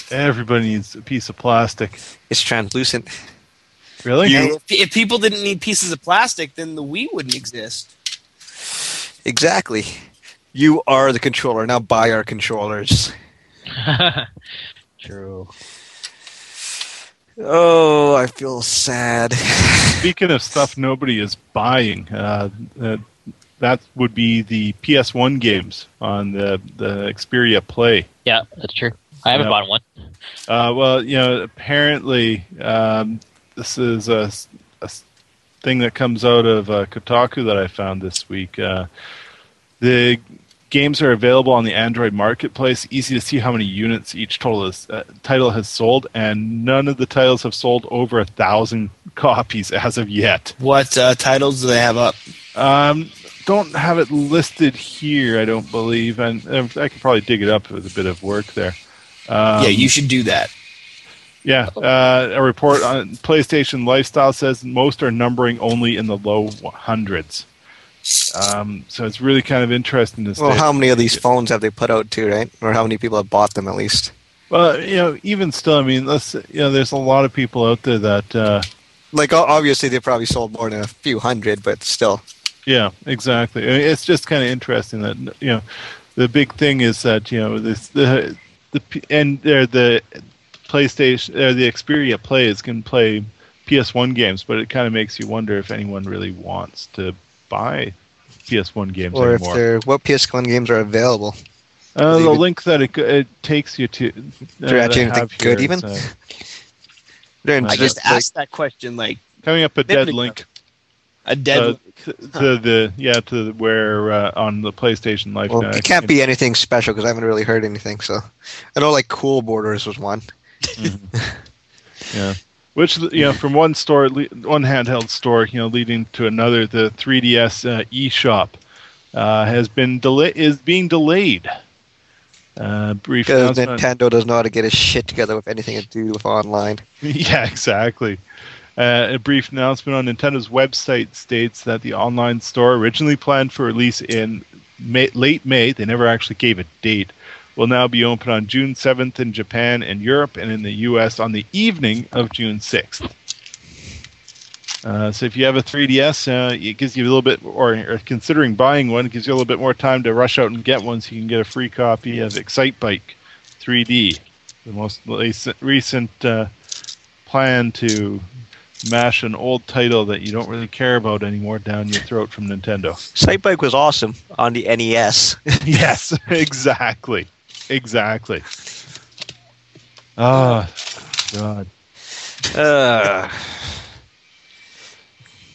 Speaker 1: Everybody needs a piece of plastic.
Speaker 2: It's translucent.
Speaker 1: Really?
Speaker 4: And if, if people didn't need pieces of plastic, then the Wii wouldn't exist.
Speaker 2: Exactly. You are the controller. Now buy our controllers.
Speaker 3: True.
Speaker 2: Oh, I feel sad.
Speaker 1: Speaking of stuff nobody is buying, uh, uh, that would be the PS1 games on the, the Xperia Play.
Speaker 3: Yeah, that's true. I haven't
Speaker 1: Yeah.
Speaker 3: bought one.
Speaker 1: Uh, well, you know, apparently um, this is a, s- a s- thing that comes out of uh, Kotaku that I found this week. Uh, the games are available on the Android marketplace. Easy to see how many units each total is, uh, title has sold, and none of the titles have sold over a thousand copies as of yet.
Speaker 4: What uh, titles do they have up?
Speaker 1: Um, don't have it listed here, I don't believe, and, and I could probably dig it up with a bit of work there. Um,
Speaker 4: yeah, you should do that.
Speaker 1: yeah. Uh, a report on PlayStation Lifestyle says most are numbering only in the low hundreds. Um, so it's really kind of interesting to see.
Speaker 2: well, how many of these phones have they put out too, right? Or how many people have bought them at least?
Speaker 1: Well, you know, even still, I mean, let's you know, there's a lot of people out there that, uh,
Speaker 2: Like o- obviously they probably sold more than a few hundred, but still.
Speaker 1: yeah, exactly. I mean, it's just kind of interesting that you know, the big thing is that you know this the the P- and there the PlayStation or the Xperia plays can play PS1 games, but it kind of makes you wonder if anyone really wants to buy PS1 games
Speaker 2: Or if
Speaker 1: anymore.
Speaker 2: they're what PS1 games are available.
Speaker 1: Uh, the
Speaker 2: Leave it-
Speaker 1: link that it, go- it takes you to. Uh,
Speaker 2: They're
Speaker 1: that
Speaker 2: actually anything
Speaker 1: have here
Speaker 2: good
Speaker 1: is,
Speaker 2: even?
Speaker 1: uh,
Speaker 2: They're in
Speaker 1: I
Speaker 4: I
Speaker 2: just
Speaker 4: just
Speaker 2: like,
Speaker 4: asked that question like
Speaker 1: coming up a
Speaker 4: Maybe
Speaker 1: dead
Speaker 4: they-
Speaker 1: link
Speaker 4: a dead.
Speaker 1: uh, to the yeah to where uh, on the PlayStation Live.
Speaker 2: well,
Speaker 1: now,
Speaker 2: it can't be anything special because I haven't really heard anything. So I know like Cool Borders was one.
Speaker 1: Yeah. Which you know, from one store, le- one handheld store, you know, leading to another, the 3DS uh, eShop uh, has been delay is being delayed. Uh, brief
Speaker 2: Because
Speaker 1: announcement-
Speaker 2: Nintendo doesn't know how to get its shit together with anything to do with online.
Speaker 1: yeah, exactly. Uh, a brief announcement on Nintendo's website states that the online store, originally planned for release in May, late May, they never actually gave a date, will now be open on June 7th in Japan and Europe, and in the US on the evening of June 6th. Uh, so if you have a 3DS, uh, it gives you a little bit, or, or considering buying one, it gives you a little bit more time to rush out and get one, so you can get a free copy of Excite Bike 3D, the most lac- recent uh, plan to mash an old title that you don't really care about anymore down your throat from Nintendo.
Speaker 2: Sightbike was awesome on the E NES.
Speaker 1: yes, exactly, exactly. Ah, God.
Speaker 2: Uh,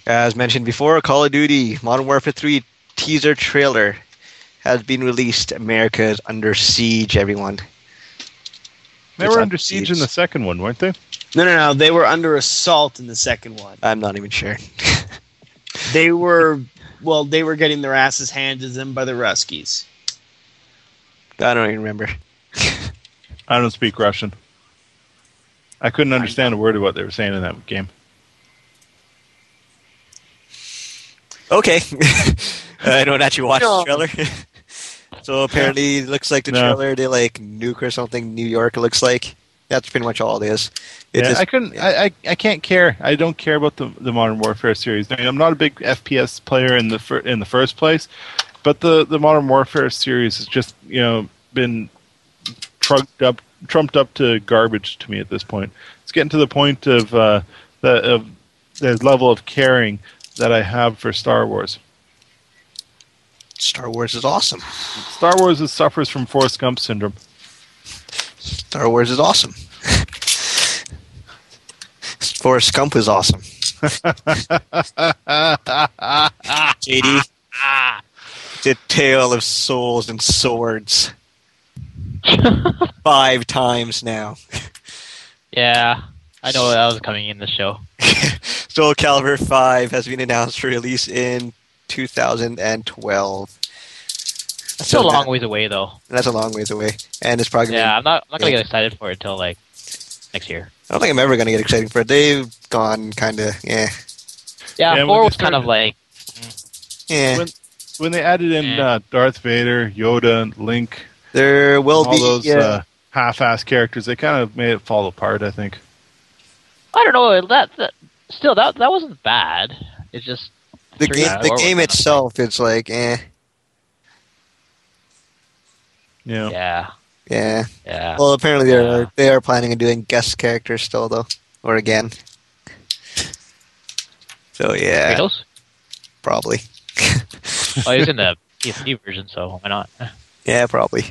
Speaker 2: as mentioned before, Call of Duty Modern Warfare 3 teaser trailer has been released. America is under siege, everyone.
Speaker 1: They
Speaker 2: It's
Speaker 1: were
Speaker 2: on
Speaker 1: under siege in
Speaker 2: Steve's.
Speaker 1: the second one, weren't they?
Speaker 4: No, no, no. They were under assault in the second one.
Speaker 2: I'm not even sure.
Speaker 4: They were, well, they were getting their asses handed to them by the Ruskies.
Speaker 2: I don't even remember.
Speaker 1: I don't speak Russian. I couldn't understand a word of what they were saying in that game.
Speaker 2: Okay. I don't actually watch the trailer. so apparently, it looks like the
Speaker 1: No.
Speaker 2: trailer, they like nuke or something, New York, it looks like. That's pretty much all it is. It
Speaker 1: yeah,
Speaker 2: just-
Speaker 1: I couldn't. I, I I can't care. I don't care about the the Modern Warfare series. I mean, I'm not a big FPS player in the fir- in the first place, but the the Modern Warfare series has just you know been trumped up trumped up to garbage to me at this point. It's getting to the point of uh, the of the level of caring that I have for Star Wars.
Speaker 2: Star Wars is awesome.
Speaker 1: Star Wars is, suffers from Forrest Gump syndrome.
Speaker 2: Star Wars is awesome. Forrest Gump is awesome. JD, the tale of souls and swords. Five times now.
Speaker 3: Yeah, I know that was coming in the show.
Speaker 2: Soul Calibur 5 has been announced for release in 2012.
Speaker 3: It's still a long ways away, though.
Speaker 2: That's a long ways away. And it's probably
Speaker 3: Yeah, I'm not. I'm not gonna
Speaker 2: Yeah.
Speaker 3: get excited for it until like next year.
Speaker 2: I don't think I'm ever going to get excited for it. They've gone kind of, yeah.
Speaker 3: Yeah,
Speaker 1: Yeah,
Speaker 3: four
Speaker 1: when
Speaker 3: was
Speaker 1: they
Speaker 3: kind of
Speaker 1: started-
Speaker 3: like
Speaker 2: Yeah.
Speaker 1: When- When they added in uh, Darth Vader, Yoda, Link,
Speaker 2: There will
Speaker 1: all
Speaker 2: be
Speaker 1: those
Speaker 2: yeah.
Speaker 1: uh, half-ass characters, they kind of made it fall apart. I think.
Speaker 3: I don't know. That, that still that that wasn't bad. It's just
Speaker 2: the
Speaker 3: three
Speaker 2: game,
Speaker 3: and
Speaker 2: the
Speaker 3: four was
Speaker 2: game
Speaker 3: kind of-
Speaker 2: itself. It's like, eh,
Speaker 1: Yeah.
Speaker 3: Yeah,
Speaker 2: yeah.
Speaker 3: yeah.
Speaker 2: Well, apparently they're
Speaker 3: Yeah.
Speaker 2: they are planning on doing guest characters still, though, or again. So yeah,
Speaker 3: Kratos?
Speaker 2: probably.
Speaker 3: Oh, he's in the PS3 version, so why not?
Speaker 2: Yeah, probably.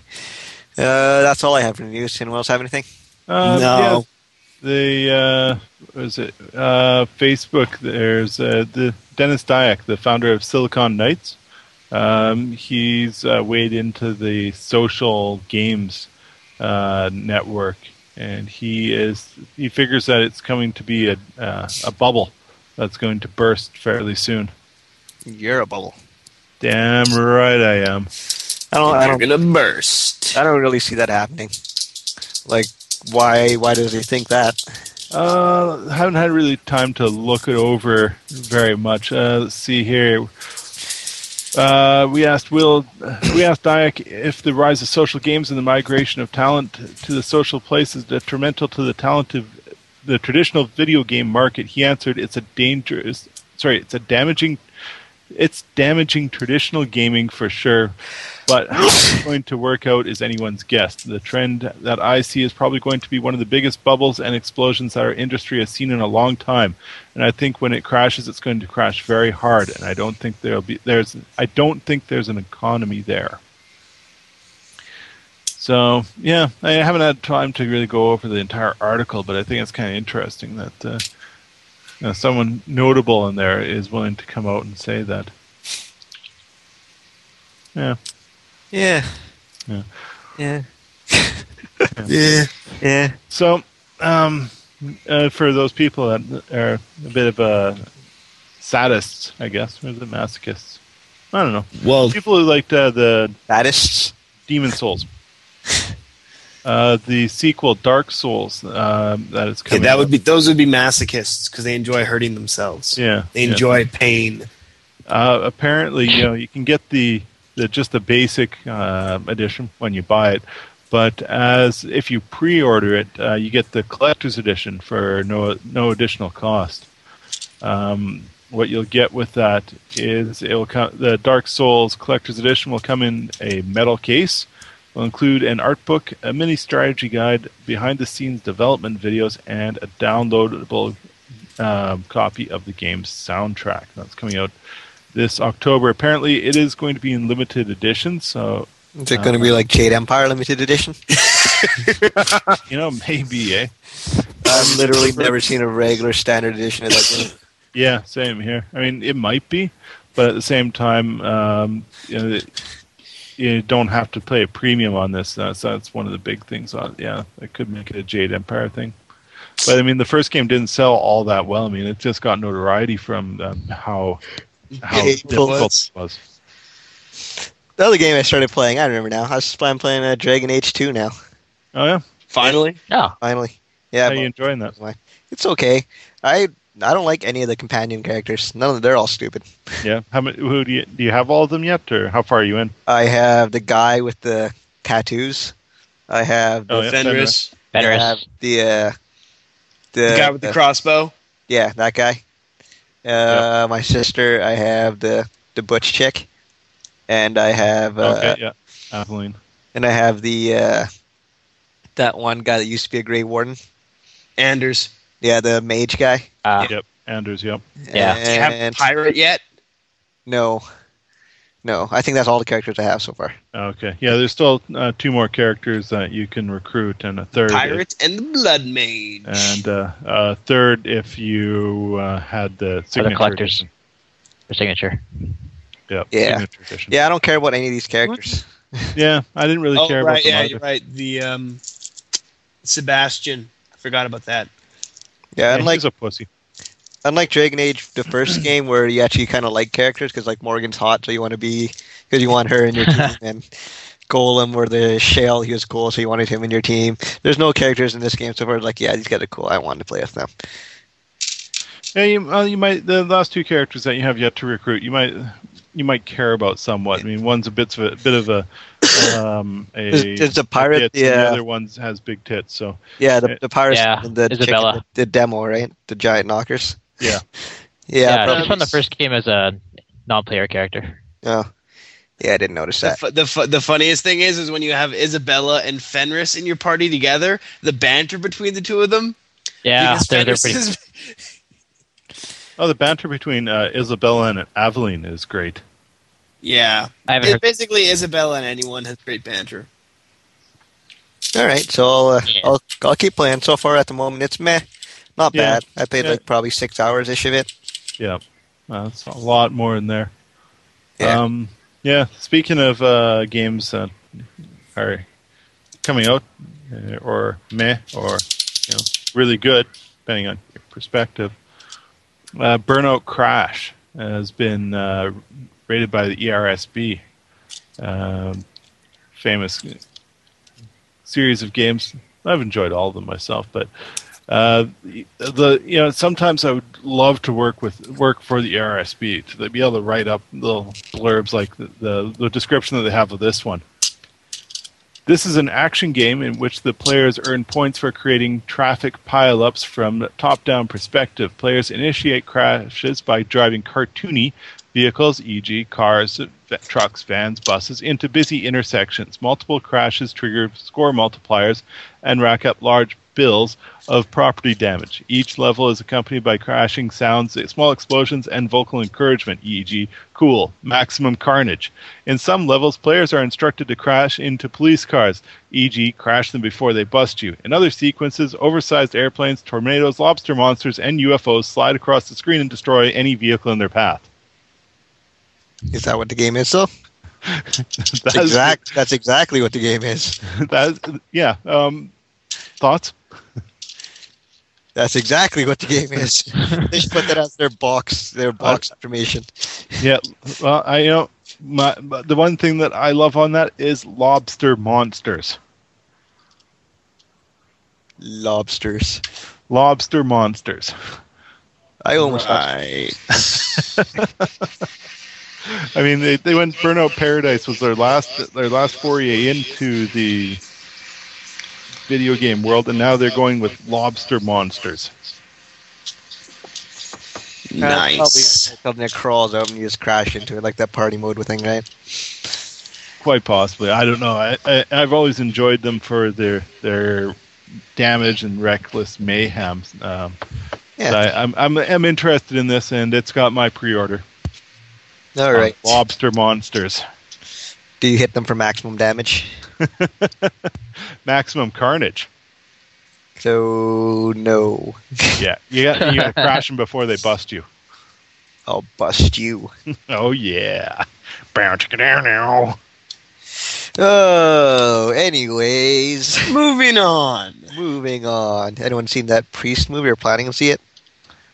Speaker 2: Uh, that's all I have for the news. Anyone else have anything?
Speaker 1: Uh,
Speaker 4: No.
Speaker 1: yeah, the uh, what is it uh, Facebook? There's uh, the Dennis Dyack, the founder of Silicon Knights. Um, he's uh, weighed into the social games uh, network, and he is he figures that it's coming to be a uh, a bubble that's going to burst fairly soon.
Speaker 2: You're a bubble.
Speaker 1: Damn right I am.
Speaker 2: I don't. I
Speaker 4: They're
Speaker 2: don't.
Speaker 4: gonna burst.
Speaker 2: I don't really see that happening. Like, why? Why does he think that?
Speaker 1: Uh, haven't had really time to look it over very much. Uh, let's see here. Uh, we asked Will, we asked Dyak if the rise of social games and the migration of talent to the social place is detrimental to the talent of the traditional video game market. He answered, "It's a dangerous, sorry, it's a damaging, it's damaging traditional gaming for sure, but how it's going to work out is anyone's guess. The trend that I see is probably going to be one of the biggest bubbles and explosions that our industry has seen in a long time. And I think when it crashes, it's going to crash very hard. And I don't think there'll be there's I don't think there's an economy there. So yeah, I haven't had time to really go over the entire article, but I think it's kind of interesting that uh, you know, someone notable in there is willing to come out and say that. Yeah.
Speaker 2: Yeah.
Speaker 1: Yeah.
Speaker 2: Yeah.
Speaker 4: Yeah.
Speaker 2: Yeah.
Speaker 1: So, um, uh, for those people that are a bit of uh, sadists, I guess, or the masochists, I don't know.
Speaker 4: Well,
Speaker 1: People who liked uh, the
Speaker 2: Statists.
Speaker 1: Demon Souls, uh, the sequel Dark Souls, um, that is
Speaker 4: okay,
Speaker 1: coming.
Speaker 4: that
Speaker 1: out.
Speaker 4: would be those would be masochists because they enjoy hurting themselves.
Speaker 1: yeah.
Speaker 4: They
Speaker 1: yeah.
Speaker 4: enjoy pain.
Speaker 1: Uh, apparently, you know, you can get the, the just the basic uh, edition when you buy it, But as if you pre-order it, uh, you get the collector's edition for no no additional cost. Um, what you'll get with that is it'll come, the Dark Souls collector's edition will come in a metal case. Will include an art book, a mini strategy guide, behind-the-scenes development videos, and a downloadable um, copy of the game's soundtrack. That's coming out this October. Apparently, it is going to be in limited edition. So
Speaker 2: Is it going to be like Jade Empire Limited Edition?
Speaker 1: you know, maybe, eh?
Speaker 2: I've literally never seen a regular standard edition of that game.
Speaker 1: Yeah, same here. I mean, it might be, but at the same time, um, you, know, it- you don't have to pay a premium on this. Uh, so that's one of the big things. On yeah, it could make it a Jade Empire thing. But I mean, the first game didn't sell all that well. I mean, it just got notoriety from um, how how
Speaker 4: It
Speaker 1: difficult
Speaker 4: was.
Speaker 1: it was.
Speaker 2: The other game I started playing, I remember now. I was just- I'm playing uh, Dragon Age 2 now,
Speaker 1: Oh yeah,
Speaker 4: Finally,
Speaker 3: No.
Speaker 2: finally. Yeah,
Speaker 1: how you
Speaker 2: but
Speaker 1: enjoying that?
Speaker 2: it's okay. I I don't like any of the companion characters. None of them, they're all stupid.
Speaker 1: Yeah, how many? Who do you do you have all of them yet, or how far are you in?
Speaker 2: I have the guy with the tattoos. I have
Speaker 1: Oh,
Speaker 2: the,
Speaker 1: yeah.
Speaker 4: Fenris,
Speaker 3: Better
Speaker 2: I
Speaker 3: as
Speaker 2: have the, uh, the uh,
Speaker 4: the guy with the crossbow.
Speaker 2: Yeah, that guy. Uh, My sister, I have the the butch chick, and I have uh,
Speaker 1: okay, yeah, Aveline.
Speaker 2: and I have the uh, that one guy that used to be a Grey Warden.
Speaker 4: Anders,
Speaker 2: Yeah, the mage guy.
Speaker 3: uh,
Speaker 4: Ah.
Speaker 1: Yep, Anders. Yep.
Speaker 3: Yeah.
Speaker 4: Do you have
Speaker 2: And-
Speaker 4: pirate yet?
Speaker 2: no, no, I think that's all the characters I have so far.
Speaker 1: Okay. Yeah, there's still uh, two more characters that you can recruit, and a third.
Speaker 4: Pirates and the blood mage.
Speaker 1: and uh, uh, third if you uh, had the
Speaker 3: for
Speaker 1: signature
Speaker 3: the collectors
Speaker 1: edition.
Speaker 3: for signature.
Speaker 1: Yep,
Speaker 2: Yeah.
Speaker 1: signature edition.
Speaker 2: Yeah, I don't care about any of these characters.
Speaker 1: Yeah, I didn't really
Speaker 4: oh
Speaker 1: care about
Speaker 4: right,
Speaker 1: them
Speaker 4: yeah,
Speaker 1: either.
Speaker 4: you're right. The um, Sebastian. I forgot about that.
Speaker 2: Yeah,
Speaker 1: Yeah,
Speaker 2: unlike
Speaker 1: he's a pussy.
Speaker 2: unlike Dragon Age, the first game where you actually kind of like characters because like Morgan's hot, so you want to be because you want her in your team, and Golem or the Shale, he was cool, so you wanted him in your team. There's no characters in this game so far. Like, yeah, these guys are cool. I wanted to play with them.
Speaker 1: Yeah, you, uh, you might the last two characters that you have yet to recruit, you might you might care about somewhat. I mean, one's a bit of a bit of a um a,
Speaker 2: There's, there's the
Speaker 1: a
Speaker 2: pirate,
Speaker 1: tits, and the
Speaker 4: uh,
Speaker 2: yeah,
Speaker 1: other one has big tits. So
Speaker 2: yeah, the, the pirate,
Speaker 3: Yeah,
Speaker 2: and the, chick in
Speaker 3: Isabella.
Speaker 2: the the demo, right? The giant knockers.
Speaker 1: Yeah.
Speaker 2: yeah,
Speaker 3: Yeah,
Speaker 2: probably.
Speaker 3: she's from the first game as a non-player character.
Speaker 2: Oh. yeah, I didn't notice
Speaker 4: The,
Speaker 2: that.
Speaker 4: fu- the, fu- the funniest thing is, is when you have Isabella and Fenris in your party together, the banter between the two of them.
Speaker 3: Yeah,
Speaker 4: because
Speaker 3: they're, they're
Speaker 4: Fenris
Speaker 3: pretty.
Speaker 4: is-
Speaker 1: oh, the banter between uh, Isabella and Aveline is great.
Speaker 4: yeah,
Speaker 3: I haven't
Speaker 4: It-
Speaker 3: heard.
Speaker 4: basically Isabella and anyone has great banter.
Speaker 2: All right, so I'll, uh,
Speaker 3: Yeah.
Speaker 2: I'll I'll keep playing. So far at the moment, it's meh, not
Speaker 1: Yeah.
Speaker 2: bad. I played
Speaker 1: Yeah.
Speaker 2: like probably six hours ish of it.
Speaker 1: Yeah, Uh, that's a lot more in there.
Speaker 2: Yeah.
Speaker 1: Um, yeah. Speaking of uh, games that are coming out, uh, or meh, or you know, really good, depending on your perspective. Uh, Burnout Crash has been uh, rated by the E ERSB, um, famous uh, series of games. I've enjoyed all of them myself, but uh, the you know sometimes I would love to work with work for the RSB to be able to write up little blurbs like the, the the description that they have of this one. This is an action game in which the players earn points for creating traffic pileups from top-down perspective. Players initiate crashes by driving cartoony vehicles, e.g., cars, v- trucks, vans, buses, into busy intersections. Multiple crashes trigger score multipliers and rack up large bills of property damage. Each level is accompanied by crashing sounds, small explosions, and vocal encouragement, e.g., cool, maximum carnage. In some levels, players are instructed to crash into police cars, e.g., crash them before they bust you. In other sequences, oversized airplanes, tornadoes, lobster monsters, and UFOs slide across the screen and destroy any vehicle in their path.
Speaker 2: Is that what the game is, though?
Speaker 1: That's
Speaker 2: That's exact. That's exactly what the game is.
Speaker 1: That, yeah. Um, thoughts?
Speaker 2: That's exactly what the game is. they should put that as their box, their box information.
Speaker 1: Yeah. Well, I you know my, but the one thing that I love on that is lobster monsters.
Speaker 2: Lobsters.
Speaker 1: Lobster monsters.
Speaker 2: I almost.
Speaker 1: I mean, they, they went Burnout Paradise was their last their last foray into the video game world, and now they're going with lobster monsters.
Speaker 4: Nice.
Speaker 2: Probably something that crawls out and you just crash into it, like that party mode thing, right?
Speaker 1: Quite possibly, I don't know. I, I I've always enjoyed them for their their damage and reckless mayhem. Um,
Speaker 2: Yeah.
Speaker 1: but I, I'm, I'm I'm interested in this, and it's got my pre-order. Um,
Speaker 2: All right.
Speaker 1: Lobster monsters,
Speaker 2: Do you hit them for maximum damage?
Speaker 1: maximum carnage.
Speaker 2: So no,
Speaker 1: Yeah, you got you got to crash them before they bust you.
Speaker 2: I'll bust you.
Speaker 1: Oh yeah, bounce down now.
Speaker 2: Oh, anyways,
Speaker 4: Moving on.
Speaker 2: moving on. Anyone seen that priest movie or planning to see it?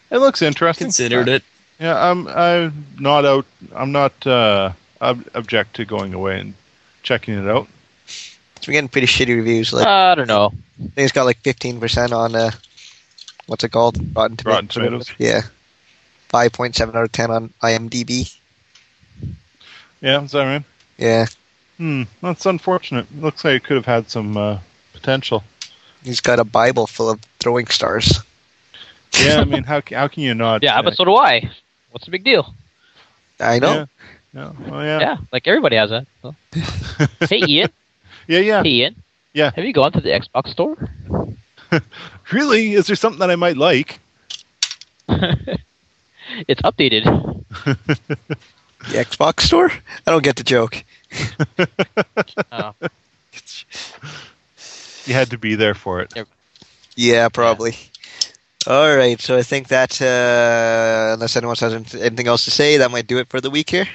Speaker 1: It looks interesting.
Speaker 4: Considered it.
Speaker 1: Yeah, I'm I'm not out. I'm not uh, ob- object to going away and checking it out.
Speaker 2: It's been getting pretty shitty reviews.
Speaker 4: Uh.
Speaker 2: Like
Speaker 3: I don't know.
Speaker 2: I think it's got like fifteen percent on uh, what's it called? Rotten Tomatoes.
Speaker 1: Rotten Tomatoes.
Speaker 2: Yeah, five point seven out of ten on IMDb.
Speaker 1: Yeah, is that right?
Speaker 2: Yeah,
Speaker 1: Hmm, that's unfortunate. Looks like it could have had some uh, potential.
Speaker 2: he's got a Bible full of throwing stars.
Speaker 1: Yeah, I mean, how ca- how can you not?
Speaker 3: Yeah, but so do I. What's the big deal?
Speaker 2: I know.
Speaker 1: Yeah. Yeah, well, yeah.
Speaker 3: Yeah,
Speaker 1: yeah,
Speaker 3: like everybody has that. so. hey Ian,
Speaker 1: yeah,
Speaker 3: hey Ian.
Speaker 1: Yeah.
Speaker 3: Have you gone to the Xbox store?
Speaker 1: Really, is there something that I might like?
Speaker 3: It's updated.
Speaker 2: The Xbox store? I don't get the joke.
Speaker 3: Oh,
Speaker 1: You had to be there for it.
Speaker 2: Yeah, probably. All right, so I think that uh, unless anyone has anything else to say, that might do it for the week here.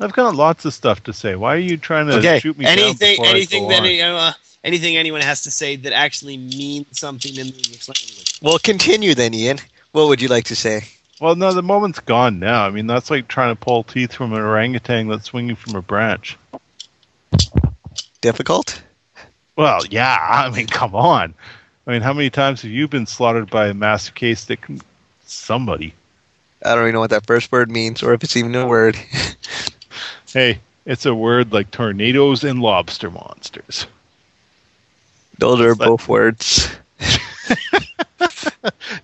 Speaker 1: I've got lots of stuff to say. Why are you trying to
Speaker 2: Okay,
Speaker 1: shoot me down
Speaker 4: Anything,
Speaker 1: before I
Speaker 4: anything
Speaker 1: go
Speaker 4: that
Speaker 1: on?
Speaker 4: any- uh, anything anyone has to say that actually means something in the English language.
Speaker 2: Well, continue then, Ian. What would you like to say?
Speaker 1: Well, no, the moment's gone now. I mean, that's like trying to pull teeth from an orangutan that's swinging from a branch.
Speaker 2: Difficult?
Speaker 1: Well, yeah. I mean, come on. I mean, how many times have you been slaughtered by a masochistic somebody?
Speaker 2: I don't even know what that first word means, or if it's even a word.
Speaker 1: Hey, it's a word like tornadoes and lobster monsters.
Speaker 2: Those are
Speaker 1: But-
Speaker 2: both words.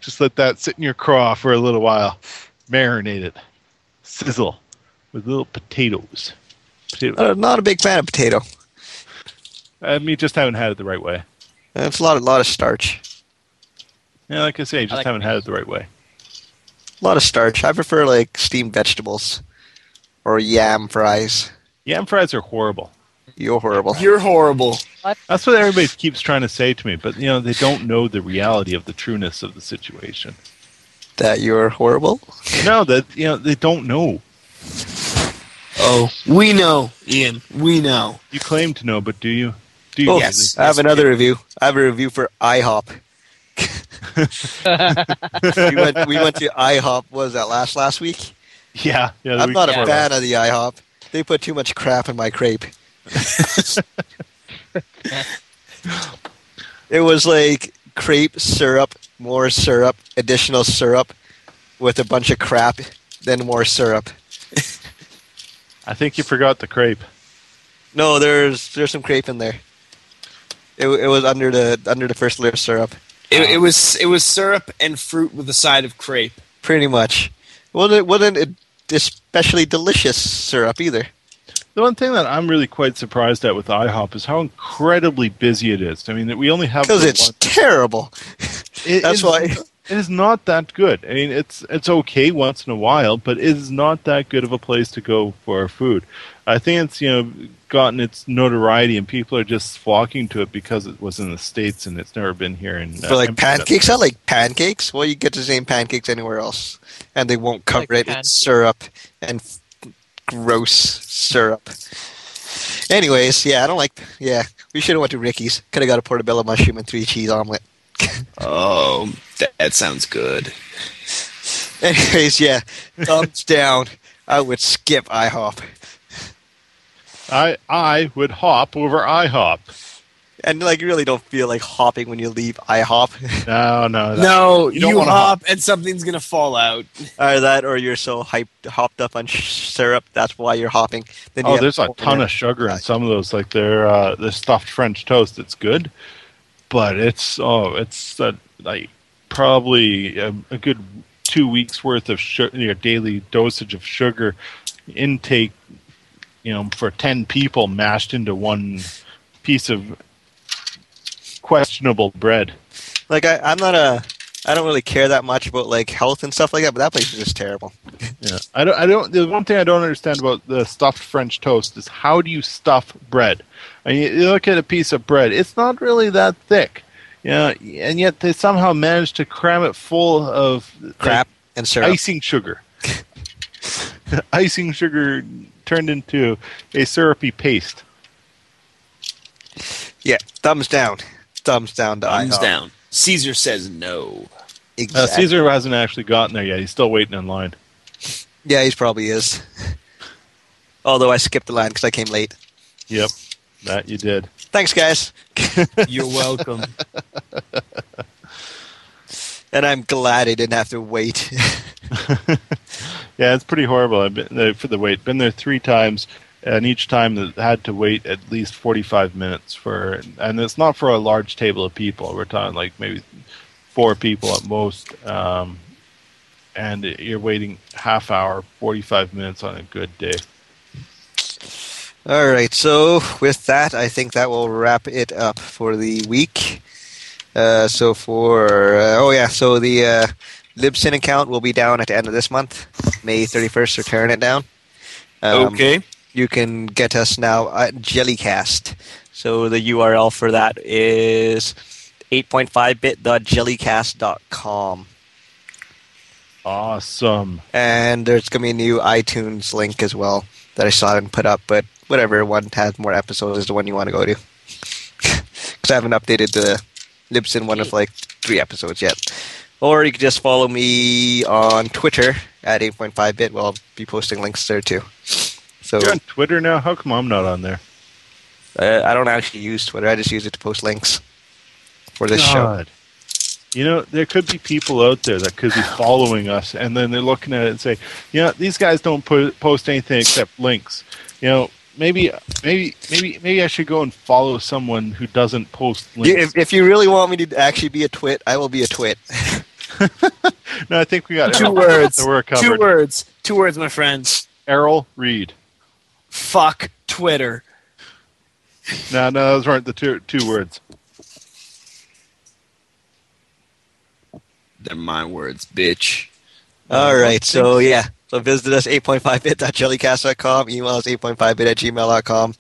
Speaker 1: Just let that sit in your craw for a little while. Marinate it. Sizzle with little potatoes. Potato-
Speaker 2: Uh, not a big fan of potato.
Speaker 1: I mean, just haven't had it the right way.
Speaker 2: It's a lot, a lot of starch.
Speaker 1: Yeah, like I say, just
Speaker 3: like
Speaker 1: haven't had it the right way.
Speaker 2: A lot of starch. I prefer like steamed vegetables or yam fries.
Speaker 1: Yam fries are horrible.
Speaker 2: You're horrible.
Speaker 4: You're horrible.
Speaker 1: That's what everybody keeps trying to say to me, but you know they don't know the reality of the trueness of the situation.
Speaker 2: that you're horrible.
Speaker 1: No, that you know they don't know.
Speaker 4: Oh, we know, Ian. We know.
Speaker 1: You claim to know, but do you? Do you?
Speaker 2: Oh,
Speaker 4: Yes.
Speaker 2: I have another review. I have a review for IHOP. we went we went to IHOP. What was that last last week?
Speaker 1: really? Yeah, yeah. the
Speaker 2: I'm
Speaker 1: week
Speaker 2: not a
Speaker 1: before
Speaker 2: fan of the IHOP. They put too much crap in my crepe. it was like crepe syrup, more syrup, additional syrup, with a bunch of crap, then more syrup.
Speaker 1: last. I think you forgot the crepe.
Speaker 2: No, there's there's some crepe in there. It, it was under the under the first layer of syrup.
Speaker 4: It, it was it was syrup and fruit with a side of crepe.
Speaker 2: Pretty much. Wasn't it, wasn't it especially delicious syrup either?
Speaker 1: The one thing that I'm really quite surprised at with IHOP is how incredibly busy it is. I mean, that we only have
Speaker 2: Because
Speaker 1: the
Speaker 2: it's
Speaker 1: one-
Speaker 2: terrible.
Speaker 1: It
Speaker 2: that's
Speaker 1: is-
Speaker 2: why-
Speaker 1: it is not that good. I mean, it's it's okay once in a while, but it is not that good of a place to go for food. I think it's you know gotten its notoriety, and people are just flocking to it because it was in the states and it's never been here. In uh,
Speaker 2: For like
Speaker 1: Amsterdam.
Speaker 2: pancakes, I like pancakes. Well, you get the same pancakes anywhere else, and they won't cover
Speaker 3: like
Speaker 2: it in
Speaker 3: pancakes.
Speaker 2: syrup and f- gross syrup. Anyways, yeah, I don't like. Yeah, we should have went to Ricky's. Could have got a portobello mushroom and three cheese omelet.
Speaker 4: Oh, that, that sounds good.
Speaker 2: Anyways, yeah, thumbs down. I would skip IHOP.
Speaker 1: I I would hop over IHOP.
Speaker 2: And like, you really don't feel like hopping when you leave IHOP.
Speaker 1: No, no, that-
Speaker 4: No,
Speaker 1: You
Speaker 4: you,
Speaker 1: don't wanna
Speaker 4: hop and something's gonna fall out.
Speaker 2: Either that, or you're so hyped, hopped up on sh- syrup. That's why you're hopping. Then you
Speaker 1: Oh,
Speaker 2: have
Speaker 1: there's a
Speaker 2: to-
Speaker 1: ton of sugar in some of those. Like they're uh, the stuffed French toast. It's good. but it's oh, it's uh, like probably a, a good two weeks worth of su- your daily dosage of sugar intake. You know, for ten people mashed into one piece of questionable bread.
Speaker 2: Like I, I'm not a. I don't really care that much about like health and stuff like that, but that place is just terrible.
Speaker 1: Yeah, I don't. I don't. The one thing I don't understand about the stuffed French toast is how do you stuff bread? I mean, you look at a piece of bread; it's not really that thick, yeah. and yet they somehow manage to cram it full of like,
Speaker 2: Crap and syrup.
Speaker 1: icing sugar. icing sugar turned into a syrupy paste.
Speaker 2: Yeah, thumbs down. Thumbs down to
Speaker 5: Thumbs
Speaker 2: IHOP.
Speaker 5: down. Caesar says no.
Speaker 1: Uh,
Speaker 2: Exactly.
Speaker 1: Caesar hasn't actually gotten there yet; he's still waiting in line.
Speaker 2: Yeah, he probably is. Although I skipped the line because I came late.
Speaker 1: Yep, that you did.
Speaker 2: Thanks, guys.
Speaker 4: You're welcome.
Speaker 2: And I'm glad I didn't have to wait.
Speaker 1: Yeah, it's pretty horrible. I've been there for the wait. Been there three times, and each time that had to wait at least forty-five minutes for. And it's not for a large table of people. We're talking like maybe four people at most. Um, and you're waiting half hour, forty-five minutes on a good day.
Speaker 2: All right, so with that, I think that will wrap it up for the week. Uh, so for uh, oh yeah, so the uh, Libsyn account will be down at the end of this month, May 31st. They're tearing it down. Um,
Speaker 5: okay.
Speaker 2: you can get us now at Jellycast. So the URL for that is 8.5bit.jellycast.com.
Speaker 1: Awesome.
Speaker 2: And there's going to be a new iTunes link as well that I still haven't put up, but whatever one has more episodes is the one you want to go to. Because I haven't updated the Libsyn one of like three episodes yet. Or you can just follow me on Twitter at 8.5bit. Well, I'll be posting links there too. So
Speaker 1: You're on Twitter now. How come I'm not on there?
Speaker 2: Uh, I don't actually use Twitter. I just use it to post links for this
Speaker 1: Ah,
Speaker 2: show.
Speaker 1: You know, there could be people out there that could be following us, and then they're looking at it and say, "You know, these guys don't po- post anything except links." You know, maybe, maybe, maybe, maybe I should go and follow someone who doesn't post
Speaker 2: You,
Speaker 1: links.
Speaker 2: if, if you really want me to actually be a twit, I will be a twit.
Speaker 1: no, I think we got
Speaker 5: Two
Speaker 1: enough
Speaker 5: words.
Speaker 1: that we're
Speaker 5: Two
Speaker 1: covered.
Speaker 5: words. Two words, my friends.
Speaker 1: Errol Reed.
Speaker 5: Fuck Twitter.
Speaker 1: No, no, those weren't the two two words.
Speaker 5: They're my words, bitch.
Speaker 2: All right. So, yeah. So visit us, 8.5bit.jellycast.com. Email us, 8.5bit at gmail.com.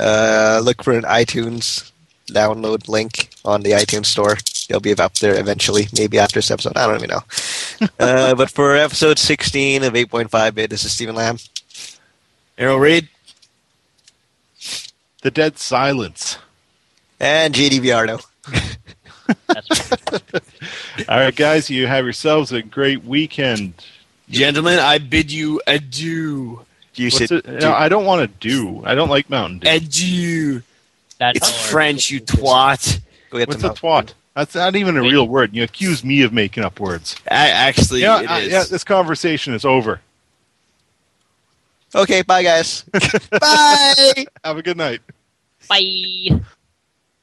Speaker 2: Uh, look for an iTunes download link on the iTunes store. It'll be up there eventually, maybe after this episode. I don't even know. uh, but for episode 16 of 8.5bit, this is Stephen Lamb.
Speaker 5: Errol Reed.
Speaker 1: The dead silence.
Speaker 2: And JD Viardo.
Speaker 3: That's
Speaker 1: All right, guys, you have yourselves a great weekend.
Speaker 5: Gentlemen, I bid you adieu.
Speaker 2: You
Speaker 1: What's
Speaker 2: said,
Speaker 1: it- no, I don't want to do. I don't like Mountain Dew.
Speaker 5: Adieu.
Speaker 3: that
Speaker 5: It's
Speaker 3: or-
Speaker 5: French, you twat.
Speaker 2: go get
Speaker 1: What's
Speaker 2: the
Speaker 1: a
Speaker 2: mouth.
Speaker 1: twat? That's not even a real word. You accuse me of making up words.
Speaker 5: I, actually,
Speaker 1: Yeah,
Speaker 5: it
Speaker 1: I-
Speaker 5: is.
Speaker 1: yeah, this conversation is over.
Speaker 2: Okay, bye guys. bye.
Speaker 1: Have a good night.
Speaker 3: Bye.